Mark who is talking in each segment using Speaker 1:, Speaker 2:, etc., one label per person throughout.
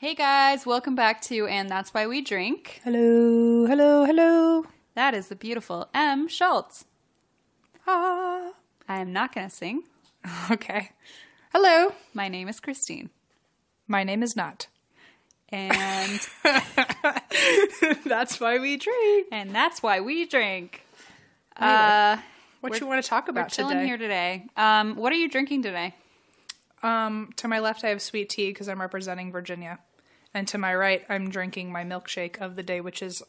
Speaker 1: Hey guys, welcome back to And That's Why We Drink.
Speaker 2: Hello, hello, hello.
Speaker 1: That is the beautiful M. Schultz.
Speaker 2: Ah,
Speaker 1: I am not going to sing.
Speaker 3: Okay. Hello.
Speaker 1: My name is Christine.
Speaker 3: My name is not.
Speaker 1: And
Speaker 3: That's why we drink.
Speaker 1: and that's why we drink.
Speaker 3: Uh, What you want to talk
Speaker 1: We're
Speaker 3: about
Speaker 1: chilling
Speaker 3: today?
Speaker 1: here today. Um, what are you drinking today?
Speaker 3: Um, to my left, I have sweet tea because I'm representing Virginia, and to my right, I'm drinking my milkshake of the day, which is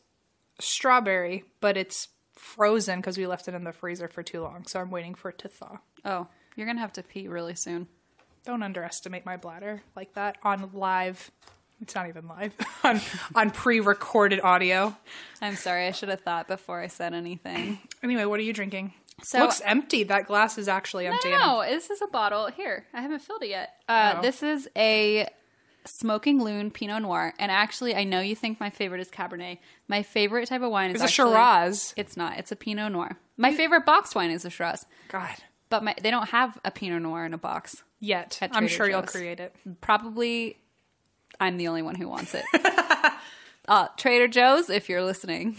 Speaker 3: strawberry, but it's frozen because we left it in the freezer for too long. So I'm waiting for it to thaw.
Speaker 1: Oh, you're going to have to pee really soon.
Speaker 3: Don't underestimate my bladder like that on live. It's not even live on on pre-recorded audio.
Speaker 1: I'm sorry. I should have thought before I said anything.
Speaker 3: Anyway, what are you drinking?
Speaker 1: So-
Speaker 3: Looks empty. That glass is actually empty.
Speaker 1: no,
Speaker 3: and-
Speaker 1: no, this is a bottle. Here, I haven't filled it yet. Uh,
Speaker 3: Oh.
Speaker 1: This is a Smoking Loon Pinot Noir. And actually, I know you think my favorite is Cabernet. My favorite type of wine is
Speaker 3: It's a
Speaker 1: actually-
Speaker 3: Shiraz.
Speaker 1: It's not. It's a Pinot Noir. My favorite box wine is a Shiraz,
Speaker 3: God.
Speaker 1: but my, they don't have a Pinot Noir in a box.
Speaker 3: Yet.
Speaker 1: At
Speaker 3: I'm
Speaker 1: Trader
Speaker 3: sure you'll
Speaker 1: Joe's.
Speaker 3: create it.
Speaker 1: Probably, I'm the only one who wants it. uh, Trader Joe's, if you're listening,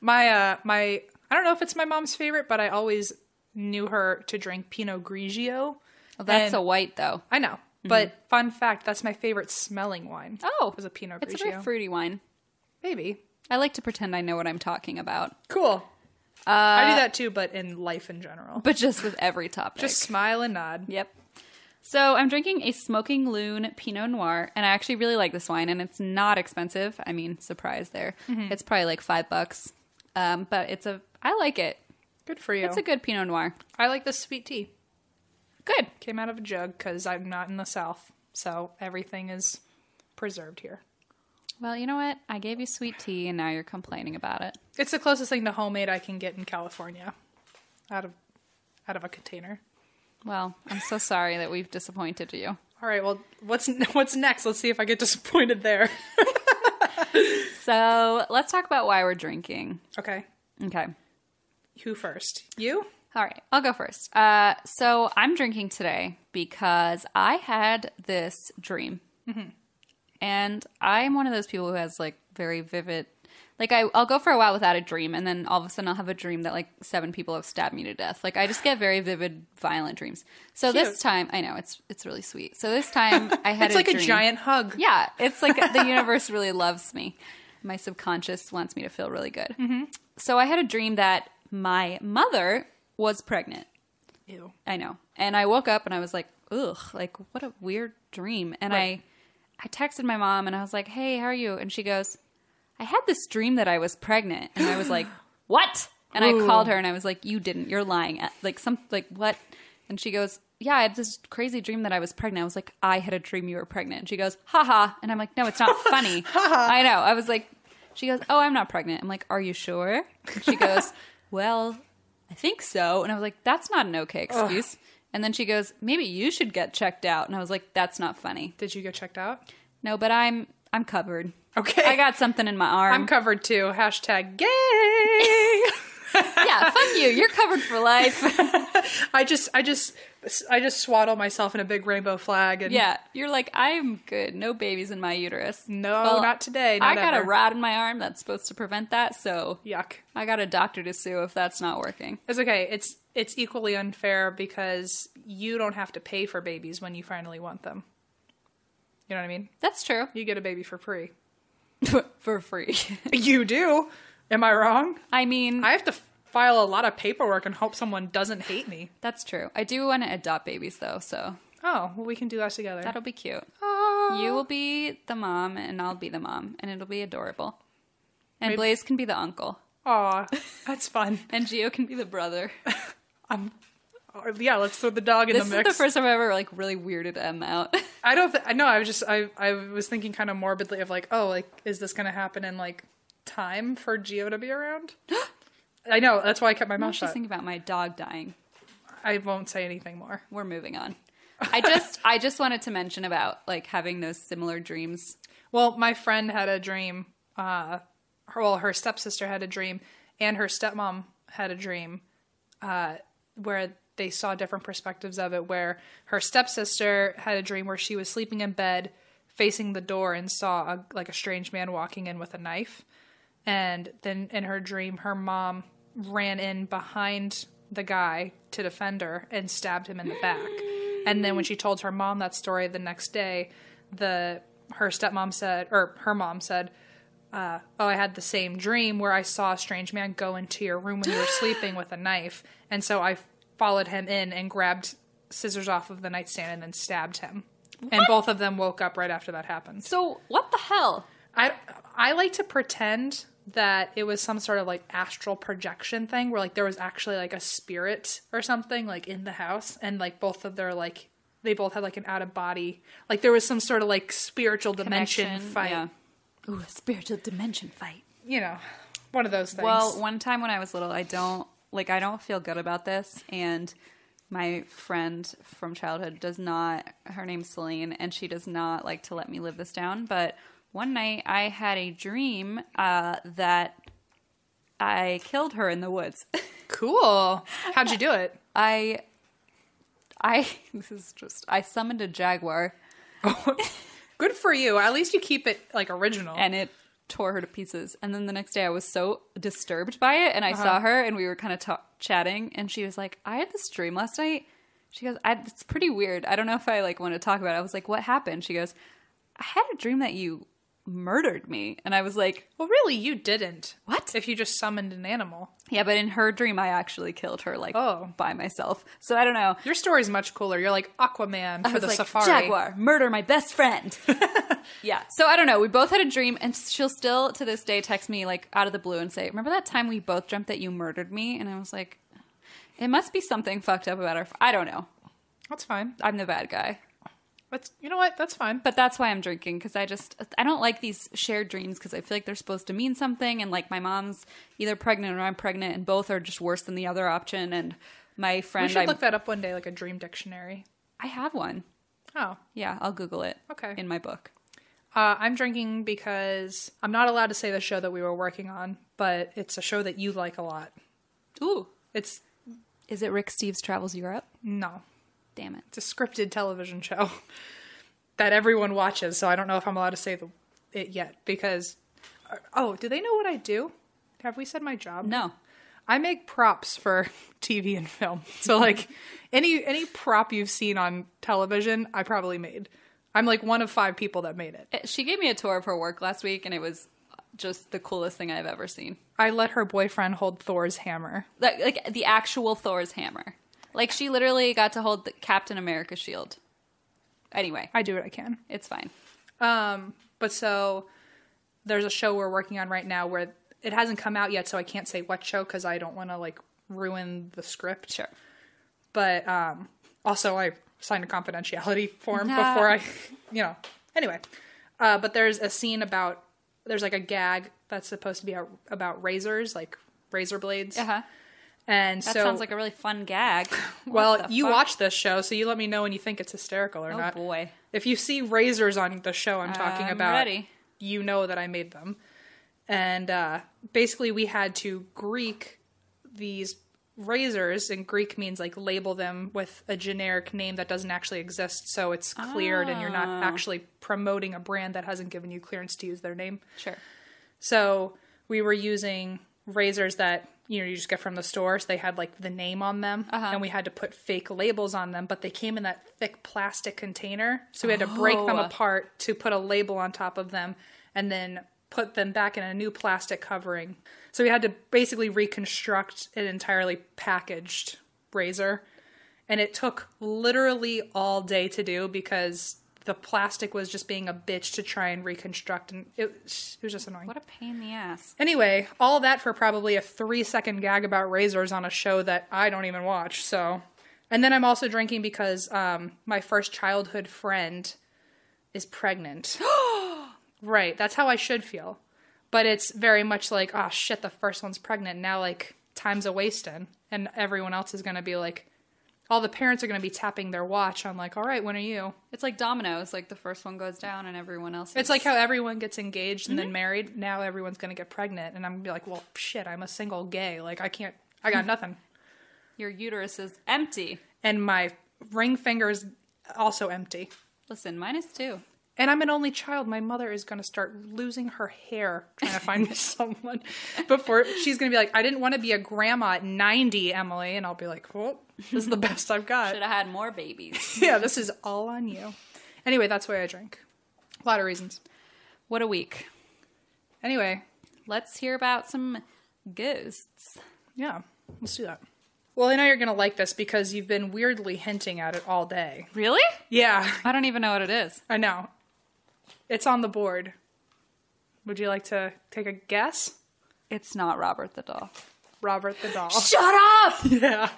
Speaker 3: My uh my I don't know if it's my mom's favorite, but I always knew her to drink Pinot Grigio.
Speaker 1: that's
Speaker 3: And-
Speaker 1: a white though.
Speaker 3: I know. But fun fact, that's my favorite smelling wine.
Speaker 1: Mm-hmm. Oh,
Speaker 3: was a Pinot
Speaker 1: It's a
Speaker 3: Grigio.
Speaker 1: very fruity wine.
Speaker 3: Maybe.
Speaker 1: I like to pretend I know what I'm talking about,
Speaker 3: Cool. Uh, I do that too, but in life in general.
Speaker 1: but just with every topic.
Speaker 3: Just smile and nod.
Speaker 1: Yep. So I'm drinking a Smoking Loon Pinot Noir, and I actually really like this wine, and it's not expensive. I mean, surprise there.
Speaker 3: Mm-hmm.
Speaker 1: It's probably like five bucks, um, but it's a I like it.
Speaker 3: Good for you.
Speaker 1: It's a good Pinot Noir.
Speaker 3: I like this sweet tea.
Speaker 1: Good.
Speaker 3: Came out of a jug because I'm not in the South, so everything is preserved here.
Speaker 1: Well, you know what? I gave you sweet tea, and now you're complaining about it.
Speaker 3: It's the closest thing to homemade I can get in California, out of out of a container.
Speaker 1: Well, I'm so sorry that we've disappointed you.
Speaker 3: All right, well, what's what's next? Let's see if I get disappointed there.
Speaker 1: So let's talk about why we're drinking.
Speaker 3: Okay,
Speaker 1: Okay.
Speaker 3: who first? You?
Speaker 1: All right, I'll go first. Uh, so I'm drinking today because I had this dream, and I'm one of those people who has like very vivid. Like I, I'll go for a while without a dream, and then all of a sudden I'll have a dream that like seven people have stabbed me to death. Like I just get very vivid, violent dreams. So this
Speaker 3: Cute.
Speaker 1: time, I know it's it's really sweet. So this time I had
Speaker 3: It's like a
Speaker 1: dream.
Speaker 3: giant hug.
Speaker 1: Yeah, it's like the universe really loves me. My subconscious wants me to feel really good.
Speaker 3: Mm-hmm.
Speaker 1: So I had a dream that my mother was pregnant.
Speaker 3: Ew.
Speaker 1: I know. And I woke up and I was like, ugh, like what a weird dream. And
Speaker 3: Right.
Speaker 1: I I texted my mom and I was like, hey, how are you? And she goes, I had this dream that I was pregnant. And I was like, what? And I called her and I was like, you didn't. You're lying. Uh, Like some like what? And she goes, yeah, I had this crazy dream that I was pregnant. I was like, I had a dream you were pregnant. And she goes, haha. And I'm like, no, it's not funny. I know. I was like, she goes, oh, I'm not pregnant. I'm like, are you sure? And she goes, well, I think so. And I was like, that's not an okay excuse. And then she goes, maybe you should get checked out. And I was like, that's not funny.
Speaker 3: Did you get checked out?
Speaker 1: No, but I'm I'm covered.
Speaker 3: Okay.
Speaker 1: I got something in my arm.
Speaker 3: I'm covered too. Hashtag gay. I
Speaker 1: yeah, fuck you. You're covered for life.
Speaker 3: just I just I just swaddle myself in a big rainbow flag and
Speaker 1: Yeah, you're like, I'm good. No babies in my uterus.
Speaker 3: No,
Speaker 1: Well,
Speaker 3: not today.
Speaker 1: I
Speaker 3: not
Speaker 1: got a
Speaker 3: ever.
Speaker 1: rod in my arm that's supposed to prevent that, so
Speaker 3: Yuck.
Speaker 1: I got a doctor to sue if that's not working.
Speaker 3: It's okay. It's it's equally unfair because you don't have to pay for babies when you finally want them. You know what I mean?
Speaker 1: That's true.
Speaker 3: You get a baby for free.
Speaker 1: For free.
Speaker 3: You do. Am I wrong?
Speaker 1: I mean,
Speaker 3: I have to file a lot of paperwork and hope someone doesn't hate me.
Speaker 1: that's true. I do want to adopt babies though, so
Speaker 3: Oh, well, we can do that together.
Speaker 1: that'll be cute.
Speaker 3: Ah.
Speaker 1: You will be the mom and I'll be the mom, and it'll be adorable. And
Speaker 3: Maybe-
Speaker 1: Blaze can be the uncle,
Speaker 3: Aw, that's fun.
Speaker 1: and Geo can be the brother.
Speaker 3: Um, or- yeah, let's throw the dog in
Speaker 1: This
Speaker 3: the
Speaker 1: is
Speaker 3: mix.
Speaker 1: the first time I ever like really weirded M out.
Speaker 3: I don't. Th- I know. I was just. I. I was thinking kind of morbidly of like, oh, like, is this gonna happen in like time for Geo to be around? I know. That's why I kept my
Speaker 1: I'm
Speaker 3: mouth
Speaker 1: just
Speaker 3: shut.
Speaker 1: thinking about my dog dying.
Speaker 3: I won't say anything more.
Speaker 1: We're moving on. I just I just wanted to mention about like having those similar dreams.
Speaker 3: Well, my friend had a dream. Uh, her, well, her stepsister had a dream, and her stepmom had a dream uh, where they saw different perspectives of it. Where her stepsister had a dream where she was sleeping in bed, facing the door, and saw a, like a strange man walking in with a knife. And then in her dream, her mom ran in behind the guy to defend her and stabbed him in the back. And then when she told her mom that story the next day, the her stepmom said, or her mom said, uh, "Oh, I had the same dream where I saw a strange man go into your room when you were sleeping with a knife, and so I followed him in and grabbed scissors off of the nightstand and then stabbed him." And both of them woke up right after that happened.
Speaker 1: So what the hell?
Speaker 3: I I like to pretend that it was some sort of like astral projection thing where like there was actually like a spirit or something like in the house and like both of their like they both had like an out of body like there was some sort of like spiritual dimension
Speaker 1: Connection,
Speaker 3: fight
Speaker 1: yeah. Ooh, a spiritual dimension fight.
Speaker 3: you know one of those things
Speaker 1: Well, one time when I was little, I don't like I don't feel good about this, and my friend from childhood does not. Her name's Celine, and she does not like to let me live this down. But one night, I had a dream uh, that I killed her in the woods.
Speaker 3: cool how'd you do it
Speaker 1: I, I this is just I summoned a jaguar,
Speaker 3: good for you at least you keep it like original
Speaker 1: and it tore her to pieces. And then the next day, I was so disturbed by it, and I saw her, and we were kind of ta- chatting, and she was like, "I had this dream last night." She goes, I, "It's pretty weird. I don't know if I like want to talk about it." I was like, "What happened?" She goes, "I had a dream that you murdered me," and I was like,
Speaker 3: well really you didn't
Speaker 1: What?
Speaker 3: if you just summoned an animal
Speaker 1: "Yeah, but in her dream, I actually killed her like
Speaker 3: Oh.
Speaker 1: by myself." So I don't know.
Speaker 3: your story's much cooler you're like aquaman
Speaker 1: I
Speaker 3: for
Speaker 1: was
Speaker 3: the
Speaker 1: like,
Speaker 3: safari
Speaker 1: Jaguar, murder my best friend. yeah. So I don't know. We both had a dream, and she'll still to this day text me like out of the blue and say, "Remember that time we both dreamt that you murdered me?" And I was like, "It must be something fucked up about our." F- I don't know.
Speaker 3: that's fine
Speaker 1: I'm the bad guy,
Speaker 3: that's you know what that's fine
Speaker 1: but that's why I'm drinking because I just I don't like these shared dreams because I feel like they're supposed to mean something, and like my mom's either pregnant or I'm pregnant, and both are just worse than the other option, and. My
Speaker 3: We
Speaker 1: friend,
Speaker 3: should
Speaker 1: I,
Speaker 3: look that up one day, like a dream dictionary.
Speaker 1: I have one.
Speaker 3: Oh,
Speaker 1: Yeah, I'll Google it.
Speaker 3: Okay.
Speaker 1: In my book.
Speaker 3: uh, I'm drinking because I'm not allowed to say the show that we were working on, but it's a show that you like a lot.
Speaker 1: Ooh.
Speaker 3: It's
Speaker 1: Is it Rick Steves Travels Europe?
Speaker 3: no,
Speaker 1: Damn it.
Speaker 3: it's a scripted television show that everyone watches. So I don't know if I'm allowed to say the, it yet because. Oh, do they know what I do? Have we said my job?
Speaker 1: No.
Speaker 3: I make props for TV and film. So like any any prop you've seen on television, I probably made. I'm like one of five people that made it.
Speaker 1: It- She gave me a tour of her work last week and it was just the coolest thing I've ever seen.
Speaker 3: I let her boyfriend hold Thor's hammer.
Speaker 1: Like, like the actual Thor's hammer. Like she literally got to hold the Captain America shield. Anyway,
Speaker 3: I do what I can.
Speaker 1: it's fine.
Speaker 3: Um, but so there's a show we're working on right now where it hasn't come out yet, so I can't say what show because I don't want to like ruin the script.
Speaker 1: Sure.
Speaker 3: But um, also I signed a confidentiality form
Speaker 1: Nah.
Speaker 3: before I, you know. Anyway, uh, but there's a scene about there's like a gag that's supposed to be a- about razors, like razor blades,
Speaker 1: Uh-huh.
Speaker 3: and
Speaker 1: That
Speaker 3: so
Speaker 1: sounds like a really fun gag.
Speaker 3: well, you watch this show, so you let me know when you think it's hysterical or
Speaker 1: Oh
Speaker 3: not.
Speaker 1: boy.
Speaker 3: If you see razors on the show I'm talking
Speaker 1: I'm
Speaker 3: about,
Speaker 1: ready.
Speaker 3: you know that I made them. And uh, basically, we had to Greek these razors in Greek means like label them with a generic name that doesn't actually exist, so it's cleared and you're not
Speaker 1: Ah.
Speaker 3: actually promoting a brand that hasn't given you clearance to use their name.
Speaker 1: Sure.
Speaker 3: So we were using razors that you know you just get from the store. So they had like the name on them,
Speaker 1: Uh-huh.
Speaker 3: and we had to put fake labels on them. But they came in that thick plastic container, so we had to break them
Speaker 1: Oh.
Speaker 3: apart to put a label on top of them, and then put them back in a new plastic covering. So we had to basically reconstruct an entirely packaged razor. And it took literally all day to do because the plastic was just being a bitch to try and reconstruct. And it, it was just annoying.
Speaker 1: What a pain in the ass.
Speaker 3: Anyway, all that for probably a three second gag about razors on a show that I don't even watch. So, and then I'm also drinking because um, my first childhood friend is pregnant. right, that's how I should feel. But it's very much like, oh shit, the first one's pregnant. Now, like, time's a wasting. And everyone else is going to be like, all the parents are going to be tapping their watch on, like, all right, when are you?
Speaker 1: It's like dominoes. Like the first one goes down and everyone else.
Speaker 3: It's like how everyone gets engaged and then married. Now everyone's going to get pregnant, and I'm gonna be like, well, shit, I'm a single gay. Like I can't. I got nothing.
Speaker 1: your uterus is empty.
Speaker 3: And my ring finger is also empty.
Speaker 1: Listen, mine is too.
Speaker 3: And I'm an only child. My mother is going to start losing her hair trying to find me someone before she's going to be like, I didn't want to be a grandma at 90, Emily. And I'll be like, well, this is the best I've got.
Speaker 1: Should have had more babies.
Speaker 3: yeah, this is all on you. Anyway, that's why I drink. A lot of reasons.
Speaker 1: what a week.
Speaker 3: Anyway,
Speaker 1: Let's hear about some ghosts.
Speaker 3: Yeah, let's do that. Well, I know you're going to like this because you've been weirdly hinting at it all day.
Speaker 1: Really?
Speaker 3: Yeah,
Speaker 1: I don't even know what it is.
Speaker 3: I know. It's on the board. Would you like to take a guess?
Speaker 1: It's not Robert the doll.
Speaker 3: Robert the doll.
Speaker 1: Shut up!
Speaker 3: yeah.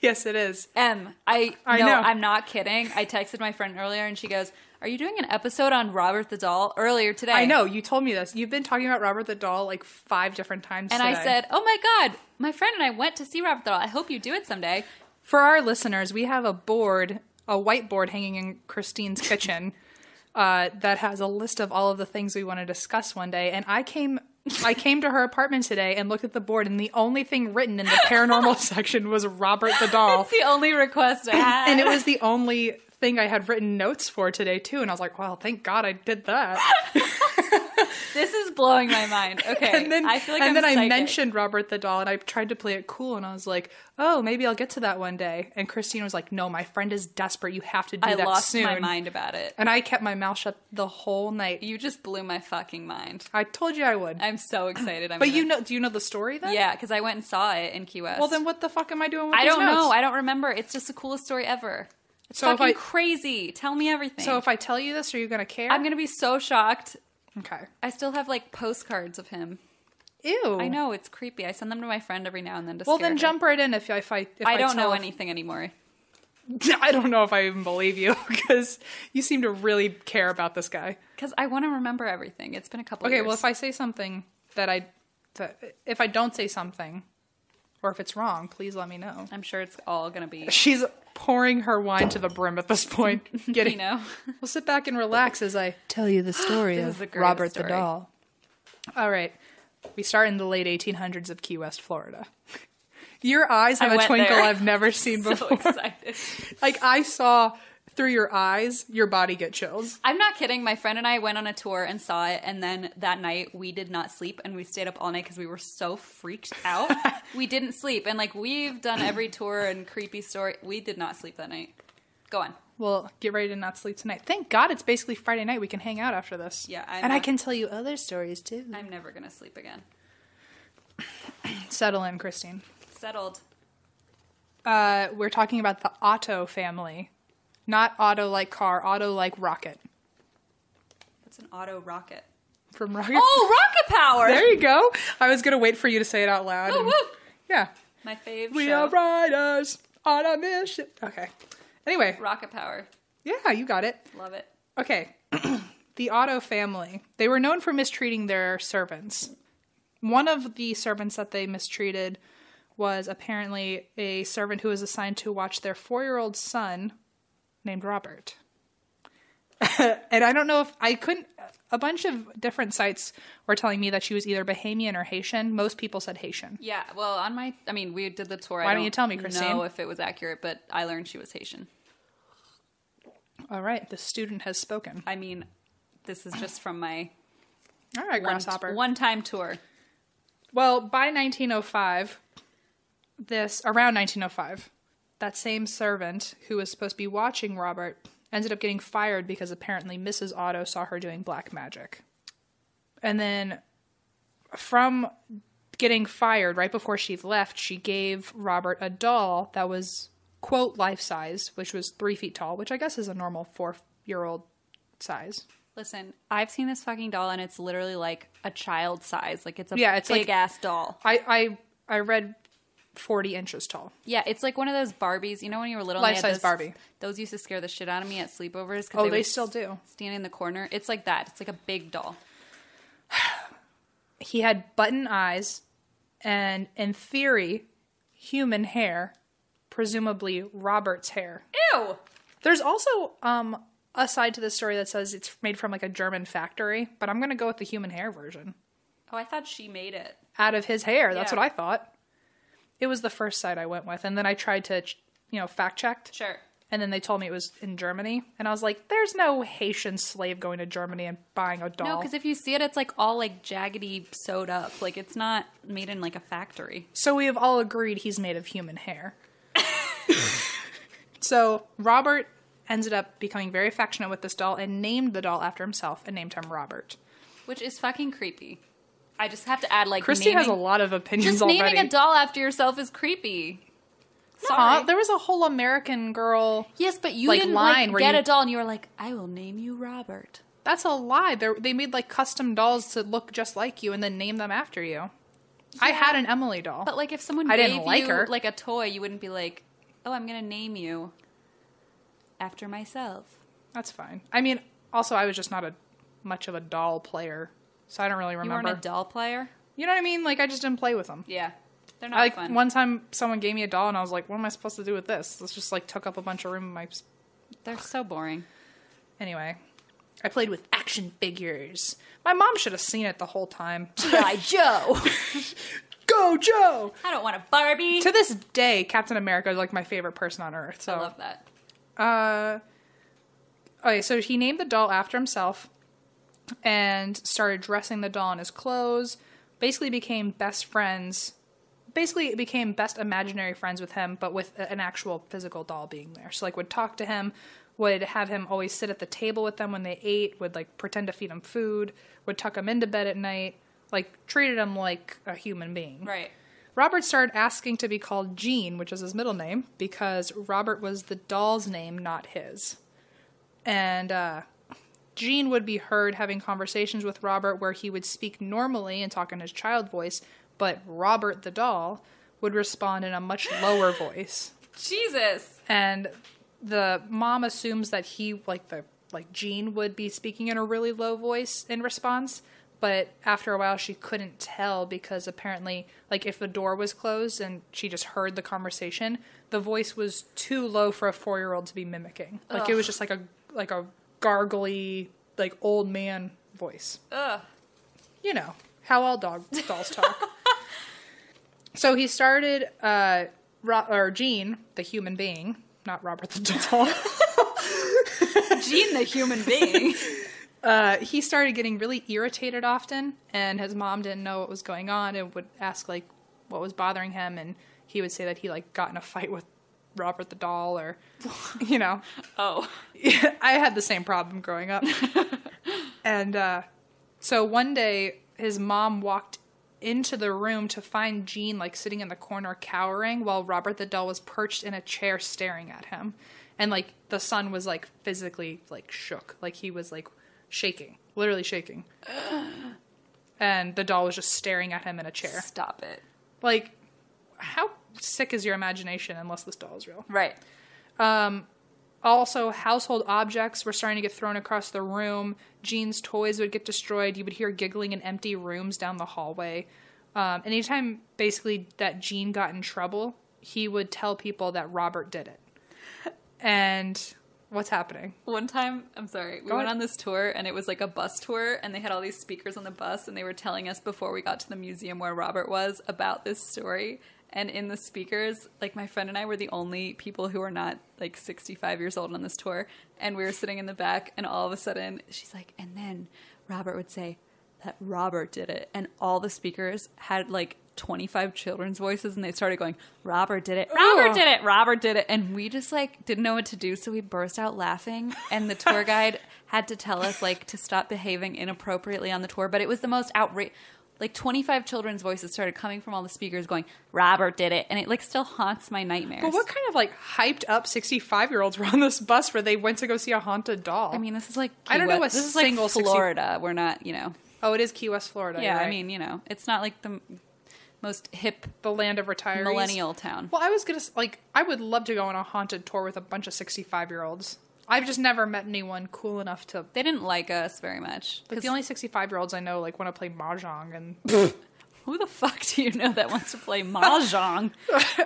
Speaker 3: Yes, it is.
Speaker 1: M. I
Speaker 3: I
Speaker 1: no,
Speaker 3: know.
Speaker 1: I'm not kidding. I texted my friend earlier and she goes, "Are you doing an episode on Robert the doll earlier today?"
Speaker 3: I know. You told me this. You've been talking about Robert the doll like five different times.
Speaker 1: And
Speaker 3: today.
Speaker 1: I said, "Oh my god, my friend and I went to see Robert the doll. I hope you do it someday."
Speaker 3: For our listeners, we have a board, a whiteboard hanging in Christine's kitchen uh, that has a list of all of the things we want to discuss one day. And I came, I came to her apartment today and looked at the board, and the only thing written in the paranormal section was Robert the doll,
Speaker 1: It's the only request I had.
Speaker 3: and it was the only thing I had written notes for today too. And I was like, "Wow, thank God I did that."
Speaker 1: this is blowing my mind. Okay,
Speaker 3: and then
Speaker 1: I feel like
Speaker 3: and
Speaker 1: I'm
Speaker 3: then I
Speaker 1: psychic.
Speaker 3: mentioned Robert the doll, and I tried to play it cool, and I was like, "Oh, maybe I'll get to that one day." And Christine was like, "No, my friend is desperate. You have to do
Speaker 1: I
Speaker 3: that
Speaker 1: lost
Speaker 3: soon."
Speaker 1: my mind about it.
Speaker 3: And I kept my mouth shut the whole night.
Speaker 1: You just blew my fucking mind.
Speaker 3: I told you I would.
Speaker 1: I'm so excited. I'm
Speaker 3: but
Speaker 1: gonna-
Speaker 3: you know, do you know the story then?
Speaker 1: yeah, because I went and saw it in Key West.
Speaker 3: Well, then what the fuck am I doing? with
Speaker 1: I
Speaker 3: these
Speaker 1: don't
Speaker 3: notes?
Speaker 1: know. I don't remember. It's just the coolest story ever. It's
Speaker 3: So if
Speaker 1: fucking
Speaker 3: I-
Speaker 1: crazy. Tell me everything.
Speaker 3: so if I tell you this, are you gonna care?
Speaker 1: I'm gonna be so shocked.
Speaker 3: okay.
Speaker 1: I still have like postcards of him.
Speaker 3: Ew.
Speaker 1: I know it's creepy. I send them to my friend every now and then to.
Speaker 3: Well,
Speaker 1: scare
Speaker 3: then
Speaker 1: her.
Speaker 3: jump right in if I if I. If
Speaker 1: I don't know
Speaker 3: tell-
Speaker 1: anything anymore.
Speaker 3: I don't know if I even believe you because you seem to really care about this guy.
Speaker 1: Because I want to remember everything. It's been a couple.
Speaker 3: Okay.
Speaker 1: Years.
Speaker 3: Well, if I say something that I, that, if I don't say something, or if it's wrong, please let me know.
Speaker 1: I'm sure it's all gonna be.
Speaker 3: She's pouring her wine to the brim at this point. Getting
Speaker 1: You know.
Speaker 3: We'll sit back and relax as I tell you the story
Speaker 1: This is
Speaker 3: of
Speaker 1: the greatest
Speaker 3: Robert the
Speaker 1: story.
Speaker 3: Doll. All right. We start in the late 1800s of Key West, Florida. Your eyes have
Speaker 1: I
Speaker 3: a
Speaker 1: went
Speaker 3: twinkle
Speaker 1: there.
Speaker 3: I've never seen
Speaker 1: so
Speaker 3: before.
Speaker 1: excited.
Speaker 3: like, I saw through your eyes, your body get chills.
Speaker 1: I'm not kidding. My friend and I went on a tour and saw it, and then that night we did not sleep and we stayed up all night because we were so freaked out. we didn't sleep, and like we've done every tour and creepy story, we did not sleep that night. Go on.
Speaker 3: Well, get ready to not sleep tonight. Thank God it's basically Friday night. We can hang out after this.
Speaker 1: Yeah, I'm
Speaker 3: and I
Speaker 1: not-
Speaker 3: can tell you other stories too.
Speaker 1: I'm never gonna sleep again.
Speaker 3: Settle in, Christine.
Speaker 1: Settled.
Speaker 3: Uh, we're talking about the Otto family. Not Otto like car, Otto like rocket.
Speaker 1: That's an auto rocket.
Speaker 3: From Rocket.
Speaker 1: Oh, rocket power!
Speaker 3: There you go. I was gonna wait for you to say it out loud.
Speaker 1: Woo,
Speaker 3: and-
Speaker 1: woo.
Speaker 3: Yeah.
Speaker 1: My fave.
Speaker 3: Oh, We
Speaker 1: show.
Speaker 3: are riders on a mission. Okay. Anyway,
Speaker 1: rocket power.
Speaker 3: yeah, you got it.
Speaker 1: Love it.
Speaker 3: Okay. the Otto family. They were known for mistreating their servants. One of the servants that they mistreated was apparently a servant who was assigned to watch their four year old son named Robert. and I don't know if I couldn't. A bunch of different sites were telling me that she was either Bahamian or Haitian. Most people said Haitian.
Speaker 1: Yeah, well, on my, I mean, we did the tour.
Speaker 3: Why
Speaker 1: I
Speaker 3: don't you tell me, Christine?
Speaker 1: Know if it was accurate, but I learned she was Haitian.
Speaker 3: All right, the student has spoken.
Speaker 1: I mean, this is just from my
Speaker 3: All right,
Speaker 1: one,
Speaker 3: grasshopper.
Speaker 1: time tour.
Speaker 3: Well, by 1905, this around 1905, that same servant who was supposed to be watching Robert ended up getting fired because apparently Mrs. Otto saw her doing black magic. And then from getting fired right before she left, she gave Robert a doll that was quote life size, which was three feet tall, which I guess is a normal four year old size.
Speaker 1: Listen, I've seen this fucking doll, and it's literally like a child size. Like it's a
Speaker 3: Yeah, it's like-
Speaker 1: big ass doll.
Speaker 3: I I, I read forty inches tall.
Speaker 1: Yeah, it's like one of those Barbies. You know when you were little, and they had
Speaker 3: Life-size
Speaker 1: those-
Speaker 3: Barbie.
Speaker 1: Those used to scare the shit out of me at sleepovers. 'cause
Speaker 3: Oh, they
Speaker 1: would
Speaker 3: still
Speaker 1: s-
Speaker 3: do.
Speaker 1: Stand in the corner. It's like that. It's like a big doll.
Speaker 3: he had button eyes and in theory human hair presumably robert's hair
Speaker 1: Ew.
Speaker 3: there's also um a side to the story that says it's made from like a german factory but i'm gonna go with the human hair version
Speaker 1: Oh, I thought she made it.
Speaker 3: out of his hair that's
Speaker 1: Yeah.
Speaker 3: what i thought it was the first side i went with and then i tried to ch- you know fact check
Speaker 1: Sure.
Speaker 3: and then they told me it was in germany and i was like there's no haitian slave going to germany and buying a doll
Speaker 1: No, because if you see it, it's like all like jaggedy sewed up. Like it's not made in like a factory.
Speaker 3: So we have all agreed he's made of human hair. so Robert ended up becoming very affectionate with this doll and named the doll after himself and named him Robert.
Speaker 1: Which is fucking creepy. I just have to add, like,
Speaker 3: Christy has a
Speaker 1: naming-
Speaker 3: lot of opinions
Speaker 1: Just
Speaker 3: already.
Speaker 1: naming a doll after yourself is creepy.
Speaker 3: Aw,
Speaker 1: Sorry.
Speaker 3: there was a whole American girl.
Speaker 1: yes, but you
Speaker 3: like,
Speaker 1: didn't
Speaker 3: line
Speaker 1: like,
Speaker 3: where
Speaker 1: get
Speaker 3: you-
Speaker 1: a doll, and you were like, "I will name you Robert."
Speaker 3: That's a lie. They're, they made like custom dolls to look just like you and then name them after you. I had an Emily doll.
Speaker 1: But like, if someone
Speaker 3: I
Speaker 1: gave
Speaker 3: didn't like
Speaker 1: you
Speaker 3: her.
Speaker 1: like a toy, you wouldn't be like, "Oh, I'm gonna name you after myself."
Speaker 3: That's fine. I mean, also I was just not a much of a doll player, so I don't really
Speaker 1: You
Speaker 3: remember.
Speaker 1: weren't a doll player.
Speaker 3: you know what I mean? Like I just didn't play with them.
Speaker 1: Yeah, they're not
Speaker 3: I, like
Speaker 1: fun.
Speaker 3: one time someone gave me a doll and I was like, what am I supposed to do with this? This just like took up a bunch of room in my s-
Speaker 1: They're so boring.
Speaker 3: anyway. I played with action figures. My mom should have seen it the whole time.
Speaker 1: G.I. Joe.
Speaker 3: Go Joe!
Speaker 1: I don't want a Barbie.
Speaker 3: To this day, Captain America is like my favorite person on earth. So
Speaker 1: I love that.
Speaker 3: uh okay so he named the doll after himself and started dressing the doll in his clothes basically became best friends basically became best imaginary friends with him but with a- an actual physical doll being there so like would talk to him would have him always sit at the table with them when they ate would like pretend to feed him food would tuck him into bed at night like treated him like a human being
Speaker 1: Right.
Speaker 3: Robert started asking to be called Jean, which is his middle name, because Robert was the doll's name, not his. And uh, Jean would be heard having conversations with Robert where he would speak normally and talk in his child voice, but Robert the doll would respond in a much lower voice.
Speaker 1: Jesus.
Speaker 3: And the mom assumes that he, like the like Jean, would be speaking in a really low voice in response. But after a while, she couldn't tell because apparently, like if the door was closed and she just heard the conversation, the voice was too low for a four-year-old to be mimicking. Like it was just like a like a gargly like old man voice. Ugh. You know how all dog dolls talk. So he started, uh, Ro- or Gene, the human being, not Robert the doll.
Speaker 1: Gene, the human being.
Speaker 3: uh, he started getting really irritated often, and his mom didn't know what was going on and would ask like what was bothering him, and he would say that he like got in a fight with Robert the doll, or you know,
Speaker 1: oh.
Speaker 3: I had the same problem growing up. and uh, so one day, his mom walked into the room to find Jean like sitting in the corner cowering while Robert the doll was perched in a chair staring at him. And like the son was like physically like shook, like he was like shaking, literally shaking. and the doll was just staring at him in a chair.
Speaker 1: Stop it.
Speaker 3: Like, how sick is your imagination unless this doll is real?
Speaker 1: Right.
Speaker 3: Also, household objects were starting to get thrown across the room. Jean's toys would get destroyed. You would hear giggling in empty rooms down the hallway. Um, anytime, basically, that Jean got in trouble, he would tell people that Robert did it. And What's happening?
Speaker 1: One time, I'm sorry, we went
Speaker 3: ahead.
Speaker 1: on this tour and it was like a bus tour, and they had all these speakers on the bus, and they were telling us before we got to the museum where Robert was about this story. And in the speakers, like my friend and I were the only people who were not like 65 years old on this tour, and we were sitting in the back, and all of a sudden, she's like, and then Robert would say that Robert did it, and all the speakers had like 25 children's voices, and they started going, Robert did it, Robert
Speaker 3: Ugh.
Speaker 1: did it, Robert did it. And we just like didn't know what to do. So we burst out laughing. And the tour guide had to tell us like to stop behaving inappropriately on the tour. But it was the most outrage. Like 25 children's voices started coming from all the speakers going, Robert did it. And it like still haunts my nightmares.
Speaker 3: But what kind of like hyped up 65 year olds were on this bus where they went to go see a haunted doll?
Speaker 1: I mean, this is like,
Speaker 3: I don't
Speaker 1: Key
Speaker 3: know
Speaker 1: West-
Speaker 3: a
Speaker 1: this is like
Speaker 3: single 60
Speaker 1: Florida. We're not, you know.
Speaker 3: oh, it is Key West, Florida.
Speaker 1: Yeah,
Speaker 3: you're
Speaker 1: I
Speaker 3: right.
Speaker 1: mean, you know, it's not like the m- most hip
Speaker 3: the land of retirees.
Speaker 1: millennial town.
Speaker 3: Well, I was gonna s- like, I would love to go on a haunted tour with a bunch of 65 year olds. I've just never met anyone cool enough to.
Speaker 1: They didn't like us very much.
Speaker 3: Like
Speaker 1: 'Cause
Speaker 3: the only 65 year olds I know like want to play mahjong and
Speaker 1: who the fuck do you know that wants to play mahjong?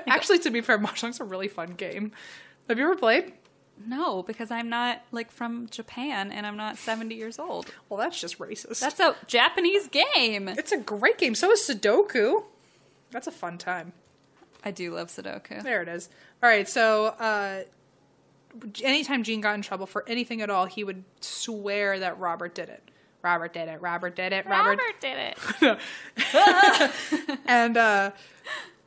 Speaker 3: actually to be fair mahjong's a really fun game. Have you ever played?
Speaker 1: No, because I'm not like from Japan and I'm not 70 years old.
Speaker 3: Well, that's just racist.
Speaker 1: That's a Japanese game.
Speaker 3: it's a great game. So is Sudoku. That's a fun time.
Speaker 1: I do love Sudoku.
Speaker 3: There it is. All right. So, uh, anytime Gene got in trouble for anything at all, he would swear that Robert did it. Robert did it. Robert did it. Robert.
Speaker 1: did it.
Speaker 3: And uh,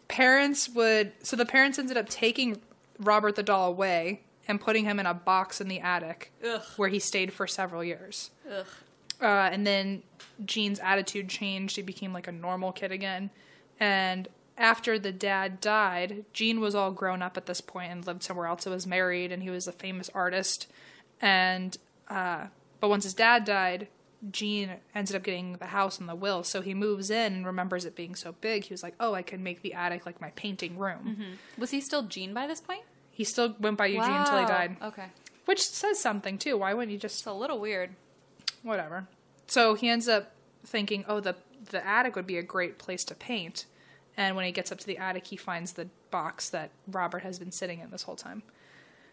Speaker 3: parents would. So the parents ended up taking Robert the doll away and putting him in a box in the attic
Speaker 1: Ugh.
Speaker 3: where he stayed for several years. Uh, and then Gene's attitude changed. He became like a normal kid again. And after the dad died, Gene was all grown up at this point and lived somewhere else. He was married and he was a famous artist. And uh, but once his dad died, Gene ended up getting the house and the will. So he moves in and remembers it being so big. He was like, "Oh, I can make the attic like my painting room."
Speaker 1: Was he still Gene by this point?
Speaker 3: He still went by Eugene until he
Speaker 1: Wow.
Speaker 3: died,
Speaker 1: Okay.
Speaker 3: which says something too. Why wouldn't he just
Speaker 1: It's a little weird.
Speaker 3: whatever. So he ends up thinking, oh, the the attic would be a great place to paint. And when he gets up to the attic, he finds the box that Robert has been sitting in this whole time.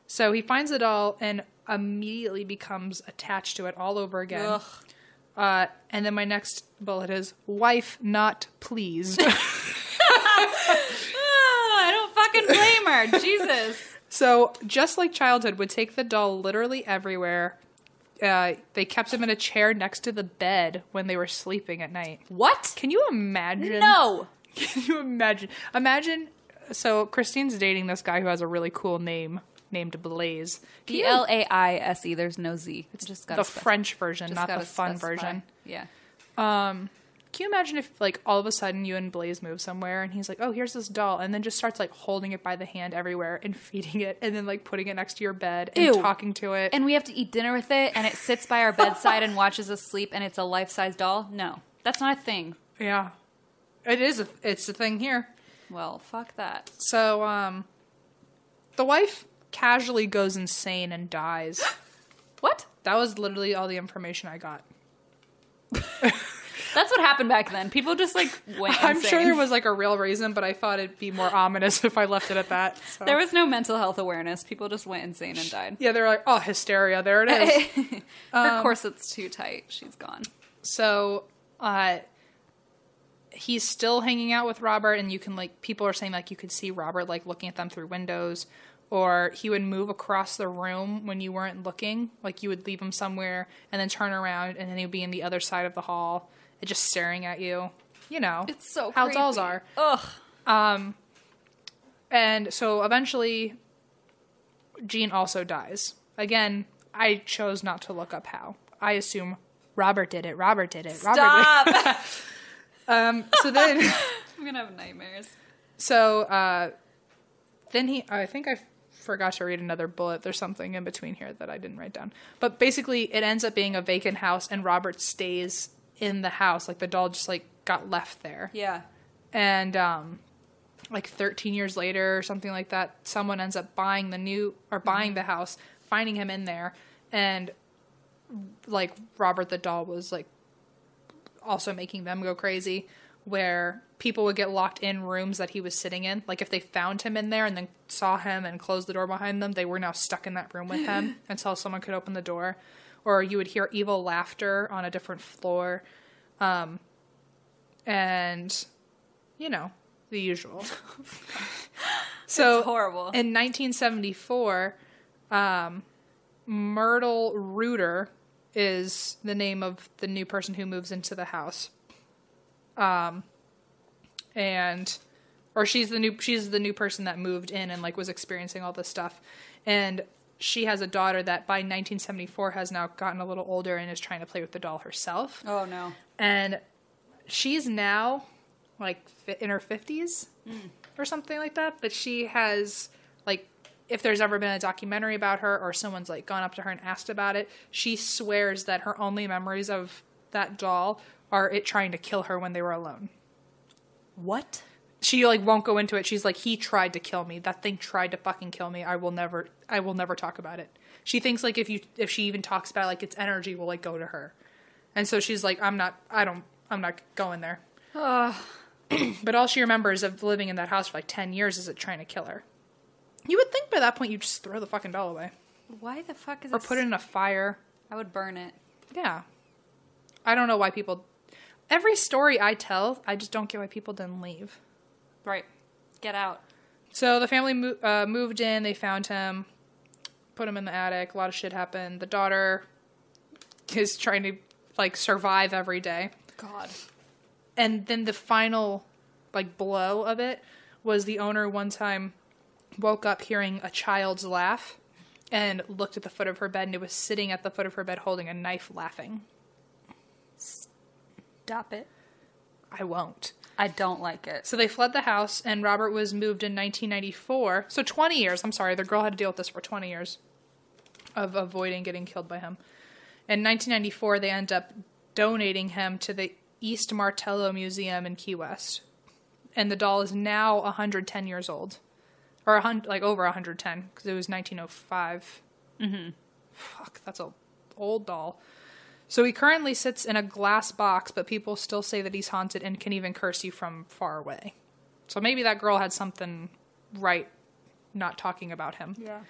Speaker 3: So he finds it all and immediately becomes attached to it all over again.
Speaker 1: Ugh.
Speaker 3: Uh, and then my next bullet is wife not pleased.
Speaker 1: Ah, I don't fucking blame her. Jesus.
Speaker 3: So, just like childhood, would take the doll literally everywhere. Uh, they kept him in a chair next to the bed when they were sleeping at night.
Speaker 1: What?
Speaker 3: Can you imagine?
Speaker 1: No.
Speaker 3: Can you imagine? Imagine. So, Christine's dating this guy who has a really cool name named Blaze. Can
Speaker 1: B
Speaker 3: you-
Speaker 1: L A I S E. There's no Z. It's just got
Speaker 3: the French version, not the fun version.
Speaker 1: Yeah.
Speaker 3: Can you imagine if, like, all of a sudden you and Blaze move somewhere and he's like, oh, here's this doll, and then just starts, like, holding it by the hand everywhere and feeding it and then, like, putting it next to your bed and
Speaker 1: Ew.
Speaker 3: talking to it?
Speaker 1: And we have to eat dinner with it, and it sits by our bedside and watches us sleep, and it's a life size doll. No, that's not a thing.
Speaker 3: Yeah. It is a, it's a thing here.
Speaker 1: Well, fuck that.
Speaker 3: So um the wife casually goes insane and dies.
Speaker 1: What?
Speaker 3: that was literally all the information I got.
Speaker 1: That's what happened back then. People just like went.
Speaker 3: I'm sure
Speaker 1: insane.
Speaker 3: there was like a real reason, but I thought it'd be more ominous if I left it at that. So.
Speaker 1: there was no mental health awareness. People just went insane and died.
Speaker 3: yeah, they were like, "Oh, hysteria, there it is." Um,
Speaker 1: Her corset's too tight. She's gone.
Speaker 3: so, uh he's still hanging out with Robert and you can like people are saying like you could see Robert like looking at them through windows or he would move across the room when you weren't looking like you would leave him somewhere and then turn around and then he would be in the other side of the hall and just staring at you you know
Speaker 1: It's so
Speaker 3: how
Speaker 1: creepy.
Speaker 3: dolls are
Speaker 1: Ugh.
Speaker 3: and so eventually Jean also dies again I chose not to look up how I assume Robert did it Robert did it Robert did it.
Speaker 1: Stop. I'm
Speaker 3: so then
Speaker 1: gonna have nightmares.
Speaker 3: So uh, then he, I think I forgot to read another bullet. There's something in between here that I didn't write down. But basically, it ends up being a vacant house, and Robert stays in the house. Like the doll just like got left there,
Speaker 1: Yeah.
Speaker 3: and um, like 13 years later or something like that, someone ends up buying the new or buying the house, finding him in there, and like Robert the doll was like also making them go crazy. where people would get locked in rooms that he was sitting in. Like if they found him in there and then saw him and closed the door behind them, they were now stuck in that room with him until someone could open the door. Or you would hear evil laughter on a different floor. Um, and, you know, the usual. so
Speaker 1: It's horrible.
Speaker 3: In 1974, um, Myrtle Rooter is the name of the new person who moves into the house Um, and or she's the new she's the new person that moved in and like was experiencing all this stuff and she has a daughter that by 1974 has now gotten a little older and is trying to play with the doll herself
Speaker 1: Oh no.
Speaker 3: and she's now like fi- in her 50s or something like that but she has like if there's ever been a documentary about her or someone's like gone up to her and asked about it she swears that her only memories of that doll are it trying to kill her when they were alone
Speaker 1: What?
Speaker 3: she like won't go into it. She's like, he tried to kill me. That thing tried to fucking kill me. I will never, I will never talk about it. She thinks like if you, if she even talks about it, like its energy will like go to her, and so she's like, I'm not, I don't, I'm not going there. but all she remembers of living in that house for like ten years is it trying to kill her. You would think by that point you would just throw the fucking doll away
Speaker 1: Why the fuck is
Speaker 3: or
Speaker 1: this?
Speaker 3: put it in a fire.
Speaker 1: I would burn it.
Speaker 3: Yeah, I don't know why people. Every story I tell, I just don't get why people didn't leave.
Speaker 1: Right. Get out.
Speaker 3: So the family mo- uh, moved in. They found him, put him in the attic. A lot of shit happened. The daughter is trying to like survive every day.
Speaker 1: God.
Speaker 3: And then the final like blow of it was the owner one time woke up hearing a child's laugh and looked at the foot of her bed and it was sitting at the foot of her bed holding a knife laughing.
Speaker 1: Stop it.
Speaker 3: I won't.
Speaker 1: I don't like it.
Speaker 3: So they fled the house, and Robert was moved in 1994. So 20 years. I'm sorry, the girl had to deal with this for 20 years of avoiding getting killed by him. In 1994, they end up donating him to the East Martello Museum in Key West, and the doll is now 110 years old, or a hun- like over 110 because it was 1905. Mm-hmm. Fuck, that's a old doll. So he currently sits in a glass box, but people still say that he's haunted and can even curse you from far away. So maybe that girl had something right not talking about him. Yeah.